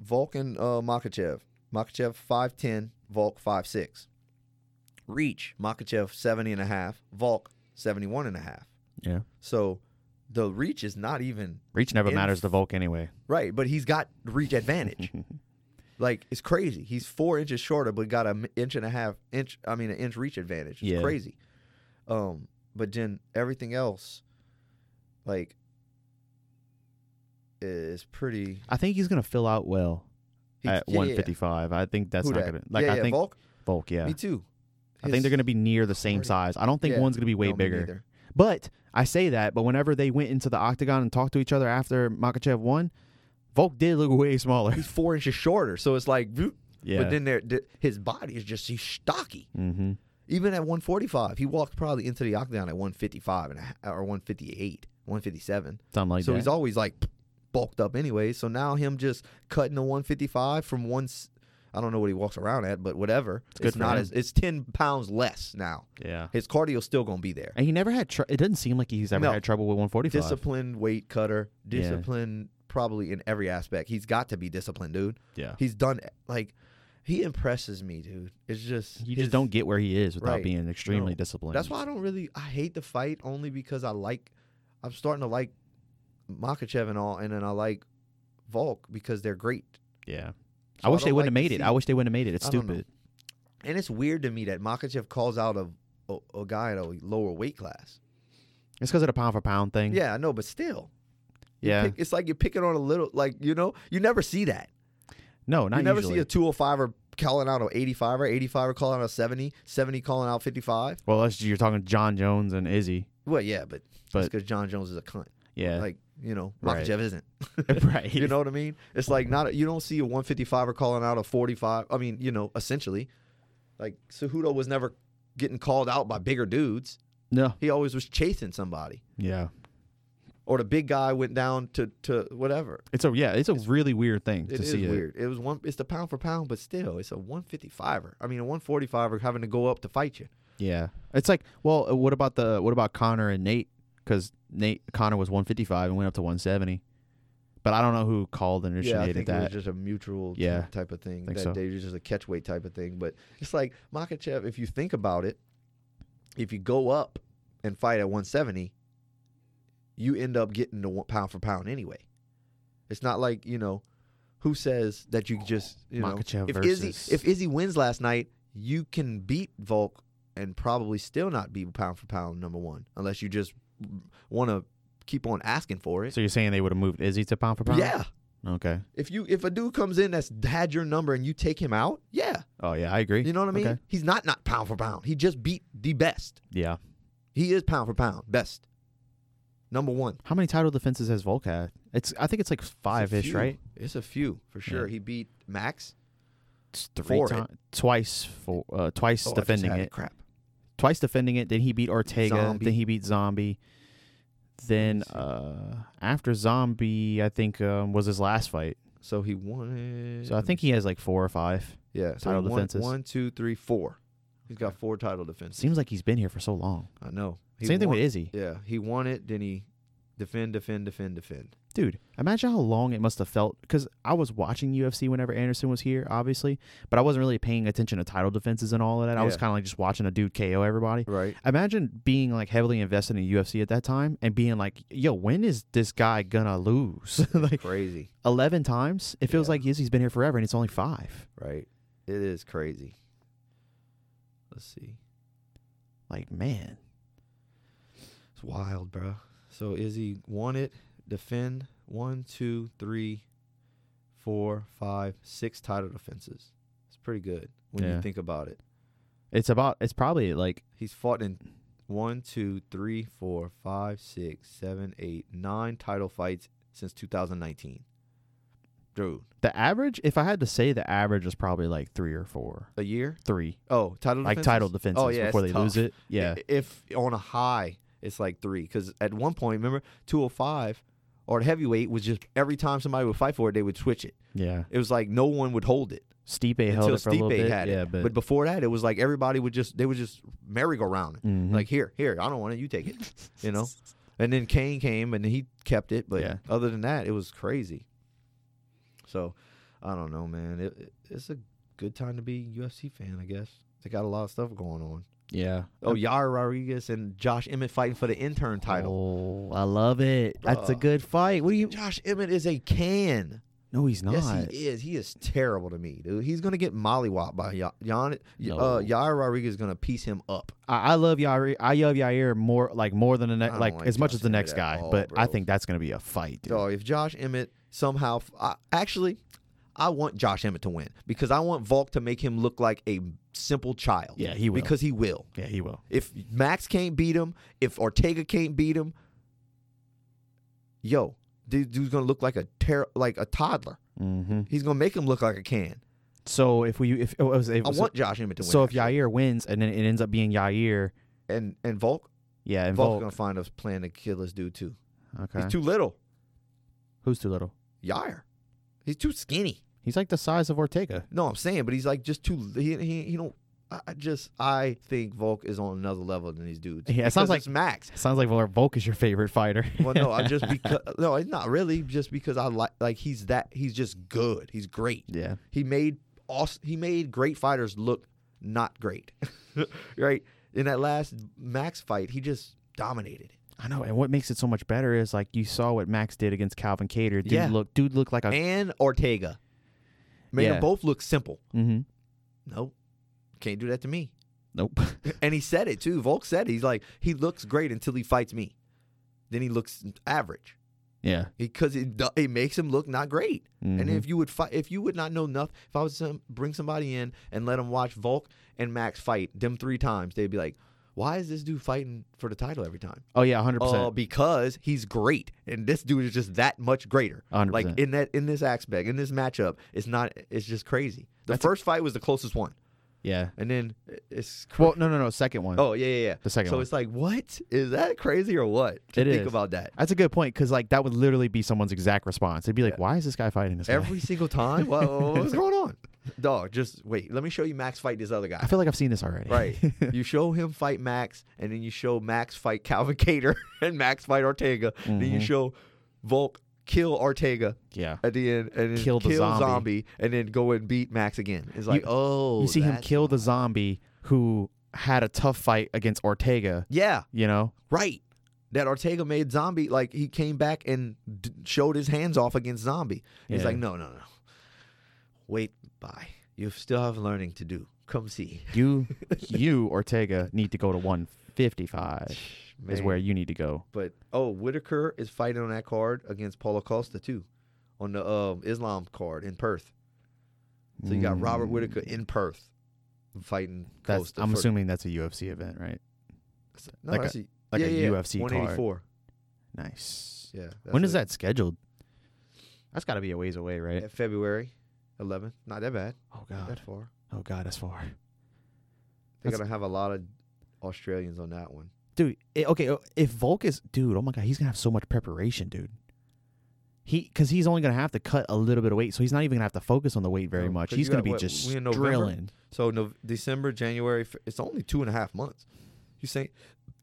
Speaker 1: Volk and uh, Makachev. Makachev 5'10, Volk 5'6. Reach, Makachev 70 and a half, Volk 71 and a half.
Speaker 2: Yeah.
Speaker 1: So the reach is not even
Speaker 2: Reach never
Speaker 1: In-
Speaker 2: matters to Volk anyway.
Speaker 1: right, but he's got reach advantage. like it's crazy. He's four inches shorter, but got an inch and a half inch. I mean, an inch reach advantage. It's
Speaker 2: Yeah.
Speaker 1: crazy. Um, but then everything else, like, is pretty.
Speaker 2: I think he's going to fill out well
Speaker 1: He's,
Speaker 2: at
Speaker 1: yeah, yeah,
Speaker 2: 155. I think that's
Speaker 1: Who
Speaker 2: not
Speaker 1: that?
Speaker 2: going to like
Speaker 1: yeah,
Speaker 2: I
Speaker 1: yeah,
Speaker 2: think Volk,
Speaker 1: Volk.
Speaker 2: yeah.
Speaker 1: Me too.
Speaker 2: I think they're going to be near the same
Speaker 1: Already-
Speaker 2: size. I don't think
Speaker 1: Yeah.
Speaker 2: one's going to be way bigger. But I say that, but whenever they went into the octagon and talked to each other after Makachev won, Volk did look way smaller.
Speaker 1: He's four inches shorter, so it's like, voop.
Speaker 2: Yeah.
Speaker 1: but then there, his body is just he's stocky.
Speaker 2: mm-hmm.
Speaker 1: Even at 145, he walked probably into the octagon at 155 and a, ha- or 158, 157.
Speaker 2: Something like
Speaker 1: so
Speaker 2: that.
Speaker 1: he's always like bulked up anyway. So now him just cutting to 155 from one, s- I don't know what he walks around at, but whatever. It's,
Speaker 2: good for
Speaker 1: not
Speaker 2: him.
Speaker 1: as it's 10 pounds less now.
Speaker 2: yeah.
Speaker 1: His cardio's still gonna be there.
Speaker 2: And he never had. Tr- it doesn't seem like he's ever
Speaker 1: No.
Speaker 2: had trouble with 145.
Speaker 1: Disciplined weight cutter,
Speaker 2: Yeah.
Speaker 1: disciplined probably in every aspect. He's got to be disciplined, dude.
Speaker 2: yeah.
Speaker 1: He's done like he impresses me, dude. It's just
Speaker 2: You
Speaker 1: his-
Speaker 2: just don't get where he is without
Speaker 1: Right.
Speaker 2: being extremely
Speaker 1: No.
Speaker 2: disciplined.
Speaker 1: That's why I don't really. I hate the fight only because I like. I'm starting to like Makachev and all, and then I like Volk because they're great.
Speaker 2: Yeah.
Speaker 1: So
Speaker 2: I wish
Speaker 1: don't
Speaker 2: they wouldn't have
Speaker 1: like
Speaker 2: made
Speaker 1: to
Speaker 2: it.
Speaker 1: see-
Speaker 2: I wish they wouldn't have made it. It's
Speaker 1: I don't know.
Speaker 2: stupid.
Speaker 1: and it's weird to me that Makachev calls out a a, a guy at a lower weight class.
Speaker 2: It's because of the pound for pound thing.
Speaker 1: Yeah, I know, but still, You
Speaker 2: Yeah.
Speaker 1: pick- it's like you're picking on a little. Like you know, you never see that.
Speaker 2: no, not
Speaker 1: you never
Speaker 2: usually.
Speaker 1: see a 205 or calling out an 85 or 85 or calling out a 70, 70 calling out 55.
Speaker 2: well, that's, you're talking John Jones and Izzy.
Speaker 1: Well, yeah, but
Speaker 2: But-
Speaker 1: because John Jones is a cunt,
Speaker 2: Yeah.
Speaker 1: like you know,
Speaker 2: Right.
Speaker 1: Makachev isn't.
Speaker 2: right.
Speaker 1: You know what I mean? It's like not you don't see a 155 or calling out a 45. I mean, you know, essentially, like Cejudo was never getting called out by bigger dudes.
Speaker 2: No.
Speaker 1: He always was chasing somebody,
Speaker 2: Yeah.
Speaker 1: or the big guy went down to to whatever.
Speaker 2: It's a yeah. It's a really weird thing
Speaker 1: It
Speaker 2: to
Speaker 1: is
Speaker 2: see. It.
Speaker 1: weird. It. was one. It's the pound for pound, but still, it's a 155er. I mean, a 145er having to go up to fight you.
Speaker 2: Yeah. It's like, well, uh, what about the what about Connor and Nate? Because Nate Connor was 155 and went up to 170. But I don't know who called and
Speaker 1: Yeah, I
Speaker 2: initiated
Speaker 1: think it was
Speaker 2: that.
Speaker 1: just a mutual t-
Speaker 2: Yeah.
Speaker 1: type of thing.
Speaker 2: Think
Speaker 1: that
Speaker 2: so.
Speaker 1: they was just a catch weight type of thing. But it's like Makachev, if you think about it, if you go up and fight at 170, you end up getting the one pound for pound anyway. It's not like you know, who says that you just you know
Speaker 2: Makachev
Speaker 1: if
Speaker 2: versus-
Speaker 1: Izzy if Izzy wins last night, you can beat Volk and probably still not be pound for pound number one unless you just want to keep on asking for it.
Speaker 2: So you're saying they would have moved Izzy to pound for pound?
Speaker 1: yeah,
Speaker 2: Okay.
Speaker 1: if you if a dude comes in that's had your number and you take him out, yeah,
Speaker 2: Oh yeah, I agree.
Speaker 1: you know what I mean.
Speaker 2: Okay.
Speaker 1: He's not not pound for pound. He just beat the best.
Speaker 2: Yeah.
Speaker 1: He is pound for pound best, number one.
Speaker 2: How many title defenses has Volk had? It's I think it's like five
Speaker 1: It's a
Speaker 2: ish,
Speaker 1: few.
Speaker 2: right?
Speaker 1: It's a few for sure. He beat Max.
Speaker 2: It's three
Speaker 1: Four.
Speaker 2: times, twice for uh, twice
Speaker 1: Oh, I just
Speaker 2: defending
Speaker 1: had
Speaker 2: it.
Speaker 1: Crap.
Speaker 2: twice defending it. Then he beat Ortega.
Speaker 1: Zombie.
Speaker 2: Then he beat Zombie. Then
Speaker 1: Let me see.
Speaker 2: uh, after Zombie, I think um, was his last fight.
Speaker 1: So he won.
Speaker 2: So I think he has like four or five.
Speaker 1: yeah. So
Speaker 2: title
Speaker 1: he won
Speaker 2: defenses.
Speaker 1: One, two, three, four. He's got four title defenses.
Speaker 2: Seems like he's been here for so long.
Speaker 1: I know. He
Speaker 2: Same thing
Speaker 1: won-
Speaker 2: with Izzy,
Speaker 1: Yeah, he won it. Then he defend, defend, defend, defend.
Speaker 2: dude. Imagine how long it must have felt because I was watching UFC whenever Anderson was here, obviously, but I wasn't really paying attention to title defenses and all of that. I was
Speaker 1: Yeah.
Speaker 2: kind of like just watching a dude KO everybody.
Speaker 1: Right.
Speaker 2: Imagine being like heavily invested in UFC at that time and being like, "Yo, when is this guy gonna lose?" like,
Speaker 1: Crazy.
Speaker 2: 11 times. It feels
Speaker 1: Yeah.
Speaker 2: like Izzy's been here forever and it's only five.
Speaker 1: Right. It is crazy. Let's see.
Speaker 2: Like, man.
Speaker 1: It's wild, bro. So Izzy won it. Defend one, two, three, four, five, six title defenses. It's pretty good when
Speaker 2: Yeah.
Speaker 1: you think about it.
Speaker 2: It's about, it's probably like,
Speaker 1: He's fought in one, two, three, four, five, six, seven, eight, nine title fights since 2019. Dude,
Speaker 2: the average, if I had to say the average is probably like three or four.
Speaker 1: a year?
Speaker 2: Three.
Speaker 1: Oh, title
Speaker 2: Like
Speaker 1: defenses?
Speaker 2: title defenses
Speaker 1: Oh, yeah,
Speaker 2: before
Speaker 1: it's
Speaker 2: they
Speaker 1: tough.
Speaker 2: lose it.
Speaker 1: I-
Speaker 2: Yeah.
Speaker 1: If on a high, it's like three. Because at one point, remember, 205 or the heavyweight was just every time somebody would fight for it, they would switch it.
Speaker 2: yeah.
Speaker 1: It was like no one would hold it
Speaker 2: Stipe held
Speaker 1: until
Speaker 2: it for a little
Speaker 1: Stipe
Speaker 2: bit.
Speaker 1: had it.
Speaker 2: yeah,
Speaker 1: but,
Speaker 2: but,
Speaker 1: before that, it was like everybody would just, they would just merry-go-round. it.
Speaker 2: Mhm.
Speaker 1: Like, here, here, I don't want it, you take it. you know? And then Kane came and he kept it, but
Speaker 2: Yeah.
Speaker 1: other than that, it was crazy. So, I don't know, man. It, it- it's a good time to be a UFC fan, I guess. They got a lot of stuff going on.
Speaker 2: yeah.
Speaker 1: Oh, Yair Rodriguez and Josh Emmett fighting for the intern title.
Speaker 2: Oh, I love it. That's a
Speaker 1: Bruh.
Speaker 2: good fight. Oh, What do you?
Speaker 1: Josh Emmett is a can.
Speaker 2: No, he's not.
Speaker 1: Yes, he is. He is terrible to me, dude. He's gonna get mollywopped by Ya- Yan.
Speaker 2: No.
Speaker 1: Uh, Yair Rodriguez is gonna piece him up.
Speaker 2: I, I love Yair. I love Yair more, like more than the
Speaker 1: I
Speaker 2: next,
Speaker 1: don't
Speaker 2: like,
Speaker 1: like
Speaker 2: as much
Speaker 1: Josh
Speaker 2: as the
Speaker 1: Emmett
Speaker 2: next
Speaker 1: at
Speaker 2: guy.
Speaker 1: all,
Speaker 2: but I
Speaker 1: bro.
Speaker 2: think that's gonna be a fight, dude.
Speaker 1: So if Josh Emmett somehow, I, actually, I want Josh Emmett to win because I want Volk to make him look like a simple child.
Speaker 2: Yeah, he will.
Speaker 1: Because he will.
Speaker 2: yeah, he will.
Speaker 1: If Max can't beat him, if Ortega can't beat him, yo, dude, dude's gonna look like a ter- like a toddler.
Speaker 2: Mm-hmm.
Speaker 1: He's gonna make him look like a can.
Speaker 2: So if we if, oh, it was- it
Speaker 1: I
Speaker 2: was-
Speaker 1: want Josh Emmett to win.
Speaker 2: so if
Speaker 1: actually.
Speaker 2: Yair wins and then it ends up being Yair,
Speaker 1: and and Volk,
Speaker 2: yeah, and
Speaker 1: Volk's
Speaker 2: Volk.
Speaker 1: gonna find a plan to kill this dude too.
Speaker 2: Okay,
Speaker 1: He's too little.
Speaker 2: who's too little?
Speaker 1: Yair, he's too skinny.
Speaker 2: He's like the size of Ortega.
Speaker 1: No, I'm saying, but he's like just too. He he, he don't. I I just I think Volk is on another level than these dudes.
Speaker 2: Yeah, it sounds
Speaker 1: Because
Speaker 2: like-
Speaker 1: it's Max.
Speaker 2: Sounds like well, Volk is your favorite fighter.
Speaker 1: Well, no, I just because no, it's not really just because I like like he's that he's just good. He's great.
Speaker 2: yeah,
Speaker 1: He made awesome, he made great fighters look not great. right? In that last Max fight, he just dominated. it.
Speaker 2: I know. And what makes it so much better is like you saw what Max did against Calvin Cater. Dude
Speaker 1: Yeah.
Speaker 2: look, dude looked like a.
Speaker 1: And Ortega made
Speaker 2: Uh, Yeah.
Speaker 1: them both look simple.
Speaker 2: mm-hmm.
Speaker 1: Nope. Can't do that to me.
Speaker 2: Nope.
Speaker 1: And he said it too. Volk said it. he's like he looks great until he fights me. Then he looks average
Speaker 2: yeah.
Speaker 1: because it do- it makes him look not great. And
Speaker 2: Mhm.
Speaker 1: if you would fight, if you would not know enough, if I was to bring somebody in and let them watch Volk and Max fight them three times, they'd be like, "Why is this dude fighting for the title every time?"
Speaker 2: oh yeah, hundred
Speaker 1: Oh,
Speaker 2: percent.
Speaker 1: because he's great, and this dude is just that much greater.
Speaker 2: Hundred
Speaker 1: Like
Speaker 2: percent.
Speaker 1: in that in this aspect, in this matchup, it's not. It's just crazy. The
Speaker 2: That's a-
Speaker 1: first fight was the closest one,
Speaker 2: Yeah.
Speaker 1: and then it- it's cra-
Speaker 2: Well, no, no, no. Second one.
Speaker 1: oh yeah yeah yeah.
Speaker 2: The second
Speaker 1: so
Speaker 2: one.
Speaker 1: it's like, what is that crazy or what? To
Speaker 2: It
Speaker 1: think
Speaker 2: is.
Speaker 1: about that.
Speaker 2: That's a good point because like that would literally be someone's exact response. They'd be like,
Speaker 1: Yeah.
Speaker 2: "Why is this guy fighting this guy?"
Speaker 1: Every single time, what, what's going on, dog? Just wait. Let me show you Max fight this other guy.
Speaker 2: I feel like I've seen this already.
Speaker 1: Right. you show him fight Max, and then you show Max fight Calvin Cater, and Max fight Ortega. Then you
Speaker 2: Mhm.
Speaker 1: show Volk kill Ortega
Speaker 2: yeah.
Speaker 1: at the end, and then
Speaker 2: Kill
Speaker 1: kill,
Speaker 2: the zombie.
Speaker 1: zombie. and then go and beat Max again. It's like, oh,
Speaker 2: you see him
Speaker 1: that's-
Speaker 2: kill the zombie who had a tough fight against Ortega,
Speaker 1: Yeah,
Speaker 2: you know?
Speaker 1: right. that Ortega made Zombie like he came back and d- showed his hands off against Zombie. He's
Speaker 2: Yeah.
Speaker 1: like, no, no, no. Wait, bye. You still have learning to do. Come see.
Speaker 2: You, you Ortega need to go to 155 is
Speaker 1: Man.
Speaker 2: where you need to go.
Speaker 1: But oh, Whitaker is fighting on that card against Paulo Costa too, on the um, Islam card in Perth. So you got Robert
Speaker 2: Mm.
Speaker 1: Whitaker in Perth fighting
Speaker 2: That's,
Speaker 1: Costa.
Speaker 2: I'm
Speaker 1: for-
Speaker 2: assuming that's a UFC event, right?
Speaker 1: no,
Speaker 2: like a-
Speaker 1: that's a,
Speaker 2: Like
Speaker 1: yeah,
Speaker 2: a
Speaker 1: yeah,
Speaker 2: UFC card.
Speaker 1: 184.
Speaker 2: Nice.
Speaker 1: Yeah.
Speaker 2: when is
Speaker 1: it.
Speaker 2: that scheduled? That's got to be a ways away, right?
Speaker 1: Yeah, February 11th. Not that bad.
Speaker 2: Oh
Speaker 1: Not
Speaker 2: god.
Speaker 1: that far.
Speaker 2: Oh god, that's far.
Speaker 1: They're
Speaker 2: That's-
Speaker 1: gonna have a lot of Australians on that one.
Speaker 2: dude. i okay, uh, if Volk is, dude, oh my god, he's gonna have so much preparation, dude. He, because he's only gonna have to cut a little bit of weight, so he's not even gonna have to focus on the weight very
Speaker 1: No,
Speaker 2: much.
Speaker 1: 'cause
Speaker 2: He's
Speaker 1: you
Speaker 2: gonna
Speaker 1: got
Speaker 2: be
Speaker 1: what,
Speaker 2: just
Speaker 1: we in November?
Speaker 2: drilling.
Speaker 1: So no, December, January. Fe- It's only two and a half months. You saying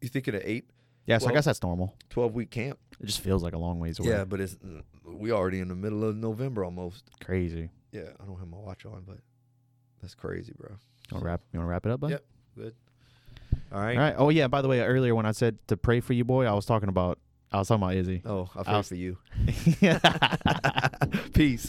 Speaker 1: you thinking of eight,
Speaker 2: Yeah, so I
Speaker 1: Well-
Speaker 2: guess that's normal.
Speaker 1: 12 week camp?
Speaker 2: It just feels like a long ways away.
Speaker 1: Yeah, but it's mm, we already in the middle of November almost.
Speaker 2: crazy.
Speaker 1: Yeah, I don't have my watch on, but that's crazy, bro.
Speaker 2: You wanna wrap? You wanna wrap it up, bud?
Speaker 1: Yep. All right.
Speaker 2: All right. Oh yeah. By the way, earlier when I said to pray for you, boy, I was talking about I was talking about Izzy.
Speaker 1: Oh, I
Speaker 2: I'll-
Speaker 1: feel for you. Peace.